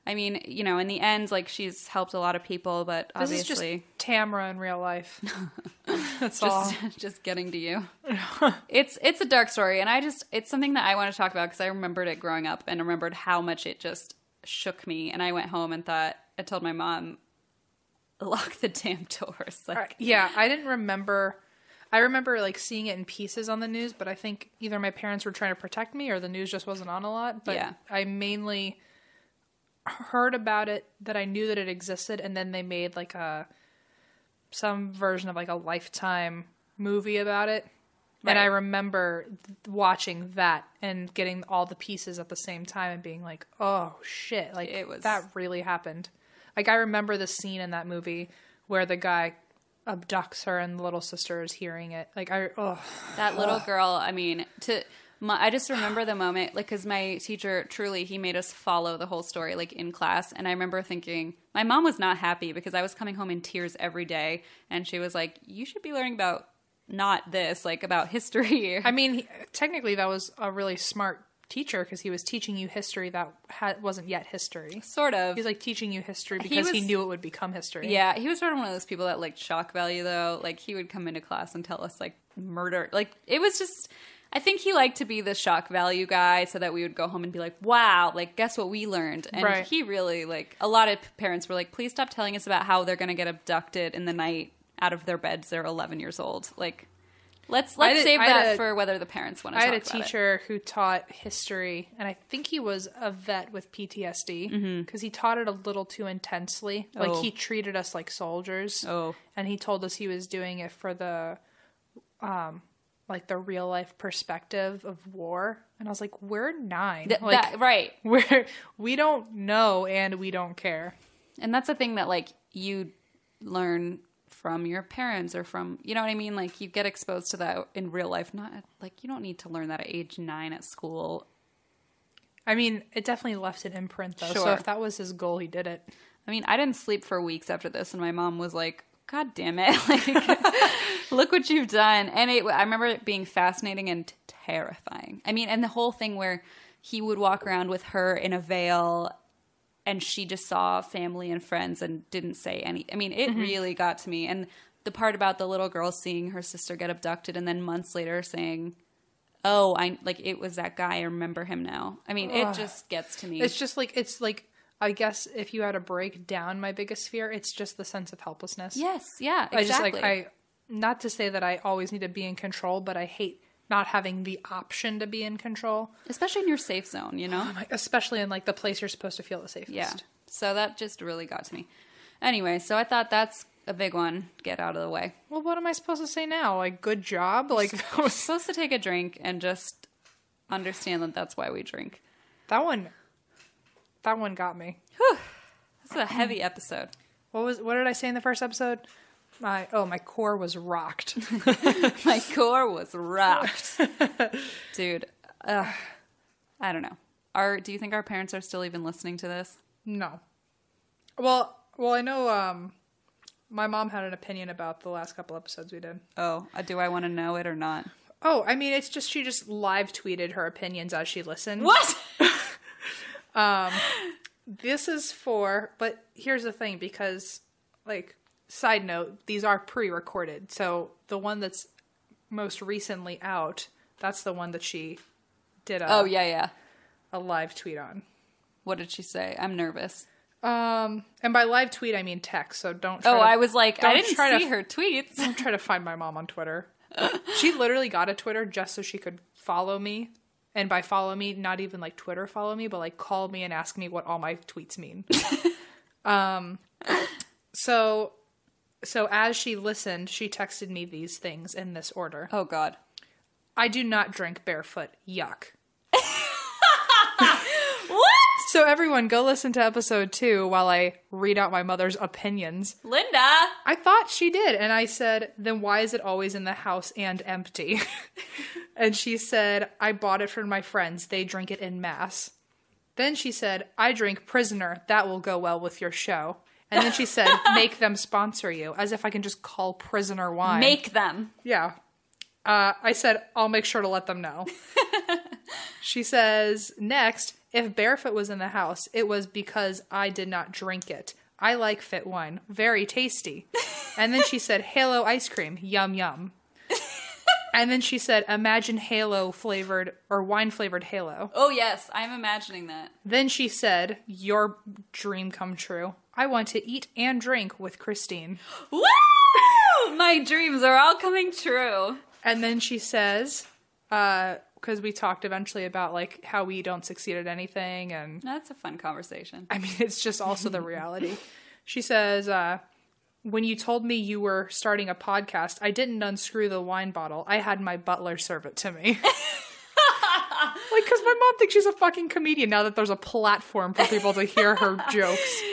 Speaker 1: I mean, you know, in the end, like she's helped a lot of people, but
Speaker 3: This is
Speaker 1: obviously,
Speaker 3: just Tamra in real life. That's all.
Speaker 1: just just getting to you. it's it's a dark story, and I just it's something that I want to talk about because I remembered it growing up and remembered how much it just shook me. And I went home and thought I told my mom, lock the damn doors. Like
Speaker 3: Right. Yeah, I didn't remember. I remember like seeing it in pieces on the news, but I think either my parents were trying to protect me or the news just wasn't on a lot. But
Speaker 1: Yeah.
Speaker 3: I mainly heard about it that I knew that it existed, and then they made like a some version of like a lifetime movie about it. And I
Speaker 1: Right.
Speaker 3: remember th- watching that and getting all the pieces at the same time and being like, "Oh shit!" Like
Speaker 1: It was-
Speaker 3: that really happened. Like I remember the scene in that movie where the guy abducts her and the little sister is hearing it. Like I oh
Speaker 1: That little girl, I mean, to my, I just remember the moment, like, because my teacher truly he made us follow the whole story, like in class, and I remember thinking my mom was not happy because I was coming home in tears every day, and she was like, "You should be learning about not this, like about history."
Speaker 3: I mean, he- technically that was a really smart teacher because he was teaching you history that ha- wasn't yet history.
Speaker 1: Sort of.
Speaker 3: He was like teaching you history because he,
Speaker 1: was-
Speaker 3: knew it would become history.
Speaker 1: Yeah, he was sort of one of those people that like shock value though. Like he would come into class and tell us like murder. Like it was just I think he liked to be the shock value guy so that we would go home and be like, "Wow, like guess what we learned." And
Speaker 3: Right.
Speaker 1: he really like a lot of parents were like, "Please stop telling us about how they're going to get abducted in the night out of their beds. They're 11 years old." Like let's let's
Speaker 3: did-
Speaker 1: save
Speaker 3: I had
Speaker 1: that
Speaker 3: a-
Speaker 1: for whether the parents want to
Speaker 3: I had
Speaker 1: talk
Speaker 3: a
Speaker 1: about it.
Speaker 3: teacher who taught history, and I think he was a vet with PTSD because he taught it a little too intensely. Like
Speaker 1: Mm-hmm. Oh.
Speaker 3: he treated us like soldiers.
Speaker 1: Oh.
Speaker 3: and he told us he was doing it for the, um, like the real life perspective of war. And I was like, we're nine.
Speaker 1: Th-
Speaker 3: like,
Speaker 1: that- right.
Speaker 3: we're we don't know and we don't care.
Speaker 1: And that's the thing that like you learn from your parents or from you know what I mean? Like you get exposed to that in real life. Not at- like you don't need to learn that at age nine at school.
Speaker 3: I mean, it definitely left an imprint though. So
Speaker 1: Sure.
Speaker 3: if that was his goal, he did it.
Speaker 1: I mean, I didn't sleep for weeks after this, and my mom was like, "God damn it! Like, look what you've done." And it, I remember it being fascinating and terrifying. I mean, and the whole thing where he would walk around with her in a veil, and she just saw family and friends and didn't say any. I mean, it
Speaker 3: Mm-hmm.
Speaker 1: really got to me. And the part about the little girl seeing her sister get abducted, and then months later saying. Oh, I like it was that guy. I remember him now. I mean, it just gets to me.
Speaker 3: It's just like it's like I guess if you had to break down my biggest fear, it's just the sense of helplessness.
Speaker 1: yes, yeah, exactly.
Speaker 3: I just like I not to say that I always need to be in control, but I hate not having the option to be in control,
Speaker 1: especially in your safe zone, you know?
Speaker 3: like, especially in like the place you're supposed to feel the safest.
Speaker 1: yeah. So that just really got to me. Anyway, so I thought that's a big one. Get out of the way.
Speaker 3: Well, what am I supposed to say now? Like good job? Like that, was,
Speaker 1: Supposed to take a drink and just understand that that's why we drink.
Speaker 3: that one that one got me.
Speaker 1: This is a
Speaker 3: Mm.
Speaker 1: heavy episode.
Speaker 3: What was what did I say in the first episode? My oh, my core was rocked.
Speaker 1: My core was rocked, dude. Ugh. I don't know. Are do you think our parents are still even listening to this?
Speaker 3: No. Well, well, I know um my mom had an opinion about the last couple episodes we did.
Speaker 1: Oh, uh, do I want to know it or not?
Speaker 3: Oh, I mean, it's just she just live tweeted her opinions as she listened.
Speaker 1: What?
Speaker 3: This is for, but here's the thing because like side note, these are pre-recorded. So the one that's most recently out, that's the one that she did a,
Speaker 1: Oh yeah, yeah.
Speaker 3: a live tweet on.
Speaker 1: What did she say? I'm nervous.
Speaker 3: Um, and by live tweet I mean text, so don't try
Speaker 1: Oh,
Speaker 3: to-
Speaker 1: I was like, I
Speaker 3: don't
Speaker 1: didn't
Speaker 3: try to
Speaker 1: see her tweets.
Speaker 3: I'm trying to find my mom on Twitter. she literally got a Twitter just so she could follow me. And by follow me, not even like Twitter follow me, but like call me and ask me what all my tweets mean. um so so as she listened, she texted me these things in this order.
Speaker 1: Oh God.
Speaker 3: I do not drink barefoot. Yuck.
Speaker 1: What?
Speaker 3: So everyone go listen to episode 2 while I read out my mother's opinions.
Speaker 1: Linda.
Speaker 3: I thought she did. And I said, then why is it always in the house and empty? and she said, I bought it from my friends. They drink it in mass. Then she said, I drink prisoner. That will go well with your show. And then she said, make them sponsor you, as if I can just call prisoner wine.
Speaker 1: Make them.
Speaker 3: Yeah. Uh, I said, I'll make sure to let them know. she says, next, if Barefoot was in the house, it was because I did not drink it. I like fit wine, very tasty. And then she said, Halo ice cream, yum yum. and then she said, imagine Halo flavored or wine flavored Halo.
Speaker 1: Oh yes, I'm imagining that.
Speaker 3: Then she said, Your dream come true. I want to eat and drink with Christine.
Speaker 1: Woo! My dreams are all coming true.
Speaker 3: And then she says, because we talked eventually about like how we don't succeed at anything, and
Speaker 1: That's a fun conversation.
Speaker 3: I mean it's just also the reality. She says, uh, when you told me you were starting a podcast, I didn't unscrew the wine bottle. I had my butler serve it to me. like, because my mom thinks she's a fucking comedian now that there's a platform for people to hear her jokes.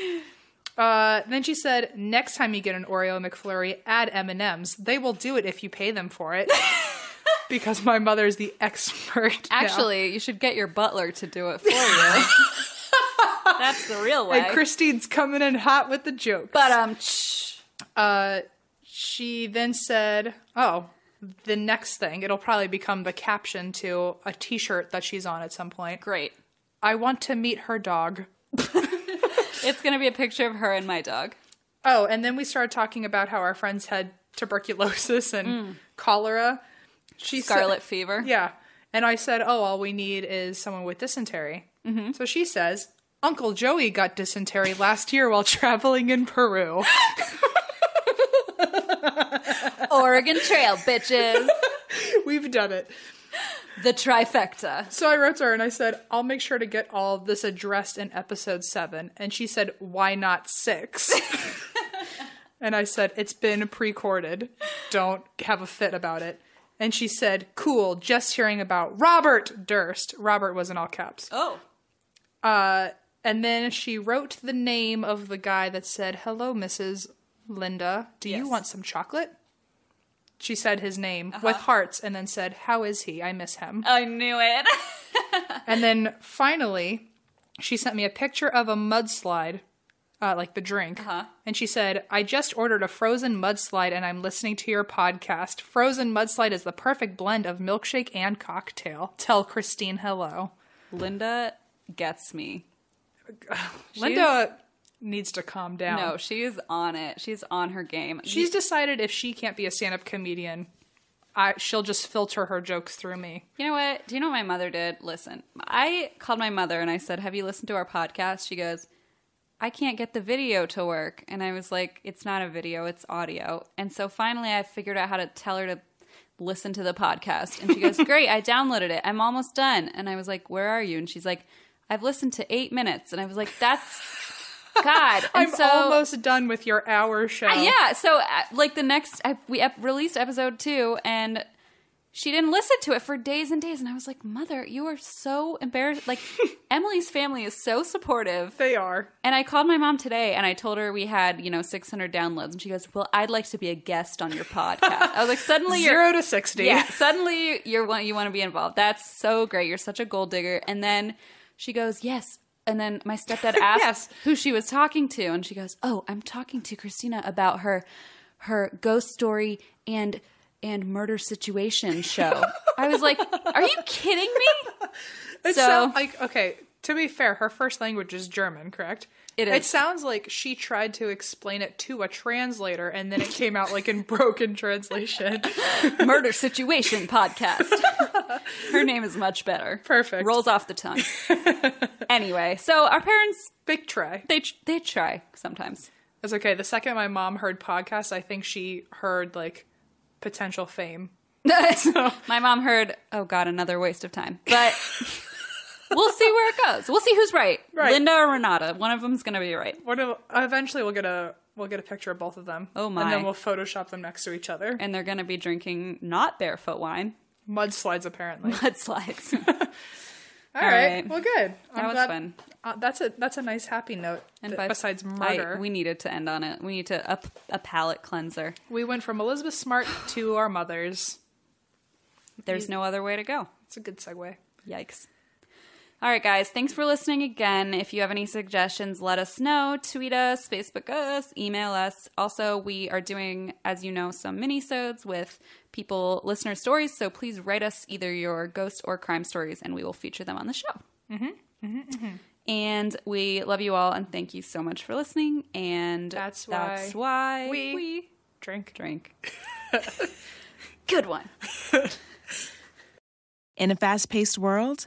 Speaker 3: Uh, then she said, next time you get an Oreo McFlurry, add M&Ms. They will do it if you pay them for it. because my mother's the expert. now.
Speaker 1: Actually, you should get your butler to do it for you. That's the real way.
Speaker 3: And Christine's coming in hot with the joke.
Speaker 1: but um, shh.
Speaker 3: Uh, she then said, "Oh, the next thing, it'll probably become the caption to a t shirt that she's on at some point.
Speaker 1: Great.
Speaker 3: I want to meet her dog.
Speaker 1: It's going to be a picture of her and my dog.
Speaker 3: Oh, and then we started talking about how our friends had tuberculosis and cholera. She said-
Speaker 1: Scarlet fever.
Speaker 3: yeah. And I said, oh, all we need is someone with dysentery. Mm-hmm. So she says, Uncle Joey got dysentery last year while traveling in Peru.
Speaker 1: Oregon Trail, bitches.
Speaker 3: We've done it.
Speaker 1: the trifecta.
Speaker 3: So I wrote to her and I said, I'll make sure to get all of this addressed in episode seven. And she said, Why not six? and I said, It's been pre-corded. Don't have a fit about it. And she said, Cool, just hearing about Robert Durst. Robert was in all caps.
Speaker 1: Oh.
Speaker 3: Uh, and then she wrote the name of the guy that said, Hello, Mrs. Linda. Do
Speaker 1: Yes. Uh-huh.
Speaker 3: you want some chocolate? She said his name with hearts and then said, How is he? I miss him.
Speaker 1: I knew it.
Speaker 3: And then finally, she sent me a picture of a mudslide, uh, like the drink. Uh-huh. And she said, I just ordered a frozen mudslide and I'm listening to your podcast. Frozen mudslide is the perfect blend of milkshake and cocktail. Tell Christine hello.
Speaker 1: Linda gets me.
Speaker 3: Linda needs to calm down.
Speaker 1: No, she is on it. She's on her game.
Speaker 3: She's decided if she can't be a stand up comedian, I, she'll just filter her jokes through me.
Speaker 1: You know what? Do you know what my mother did? Listen, I called my mother and I said, Have you listened to our podcast? She goes, I can't get the video to work. And I was like, It's not a video, it's audio. And so finally I figured out how to tell her to listen to the podcast. And she goes, Great, I downloaded it. I'm almost done. And I was like, Where are you? And she's like, I've listened to eight minutes. And I was like, That's God. And
Speaker 3: I'm
Speaker 1: so,
Speaker 3: almost done with your hour show.
Speaker 1: uh, yeah. So, uh, like the next, I, we ep- released episode two, and she didn't listen to it for days and days. And I was like, "Mother, you are so embarrassed." Like, Emily's family is so supportive.
Speaker 3: They are.
Speaker 1: And I called my mom today, and I told her we had you know 600 downloads, and she goes, "Well, I'd like to be a guest on your podcast." I was like, "Suddenly, you're
Speaker 3: Zero to 60.
Speaker 1: yeah, suddenly you're one you want to be involved. That's so great. You're such a gold digger. And then she goes, "Yes." And then my stepdad asked
Speaker 3: Yes.
Speaker 1: who she was talking to, and she goes, "Oh, I'm talking to Christina about her her ghost story and and murder situation show." I was like, "Are you kidding me?"
Speaker 3: It
Speaker 1: So-
Speaker 3: sounds like okay. To be fair, her first language is German, correct?
Speaker 1: It
Speaker 3: It
Speaker 1: is.
Speaker 3: sounds like she tried to explain it to a translator, and then it came out like in broken translation.
Speaker 1: Murder situation podcast. her name is much better.
Speaker 3: Perfect.
Speaker 1: Rolls off the tongue. anyway, so our parents
Speaker 3: Big try.
Speaker 1: they they try sometimes.
Speaker 3: It's okay. The second my mom heard podcasts, I think she heard like potential fame.
Speaker 1: My mom heard, oh God, another waste of time. But we'll see where it goes. We'll see who's right.
Speaker 3: Right.
Speaker 1: Linda or Renata. One of them's going to be right.
Speaker 3: What? If, eventually, we'll get a we'll get a picture of both of them.
Speaker 1: Oh
Speaker 3: And
Speaker 1: my.
Speaker 3: then we'll Photoshop them next to each other.
Speaker 1: And they're going to be drinking not barefoot wine,
Speaker 3: Mudslides, apparently.
Speaker 1: mudslides.
Speaker 3: All right.
Speaker 1: right.
Speaker 3: Well, good.
Speaker 1: That was fun.
Speaker 3: Uh, that's a that's a nice happy note.
Speaker 1: And
Speaker 3: th-
Speaker 1: by-
Speaker 3: besides
Speaker 1: I-
Speaker 3: murder,
Speaker 1: we needed to end on it. We need to up a palate cleanser.
Speaker 3: We went from Elizabeth Smart to our mothers.
Speaker 1: There's no other way to go.
Speaker 3: It's a good segue.
Speaker 1: Yikes. All right, guys. Thanks for listening again. If you have any suggestions, let us know. Tweet us, Facebook us, email us. Also, we are doing, as you know, some mini-sodes with people, listener stories. So please write us either your ghost or crime stories, and we will feature them on the show. Mm-hmm. And we love you all, and thank you so much for listening. And
Speaker 3: That's
Speaker 1: that's
Speaker 3: why
Speaker 1: why
Speaker 3: we-
Speaker 1: we
Speaker 3: Drink.
Speaker 1: drink. Good one.
Speaker 4: In a fast paced world,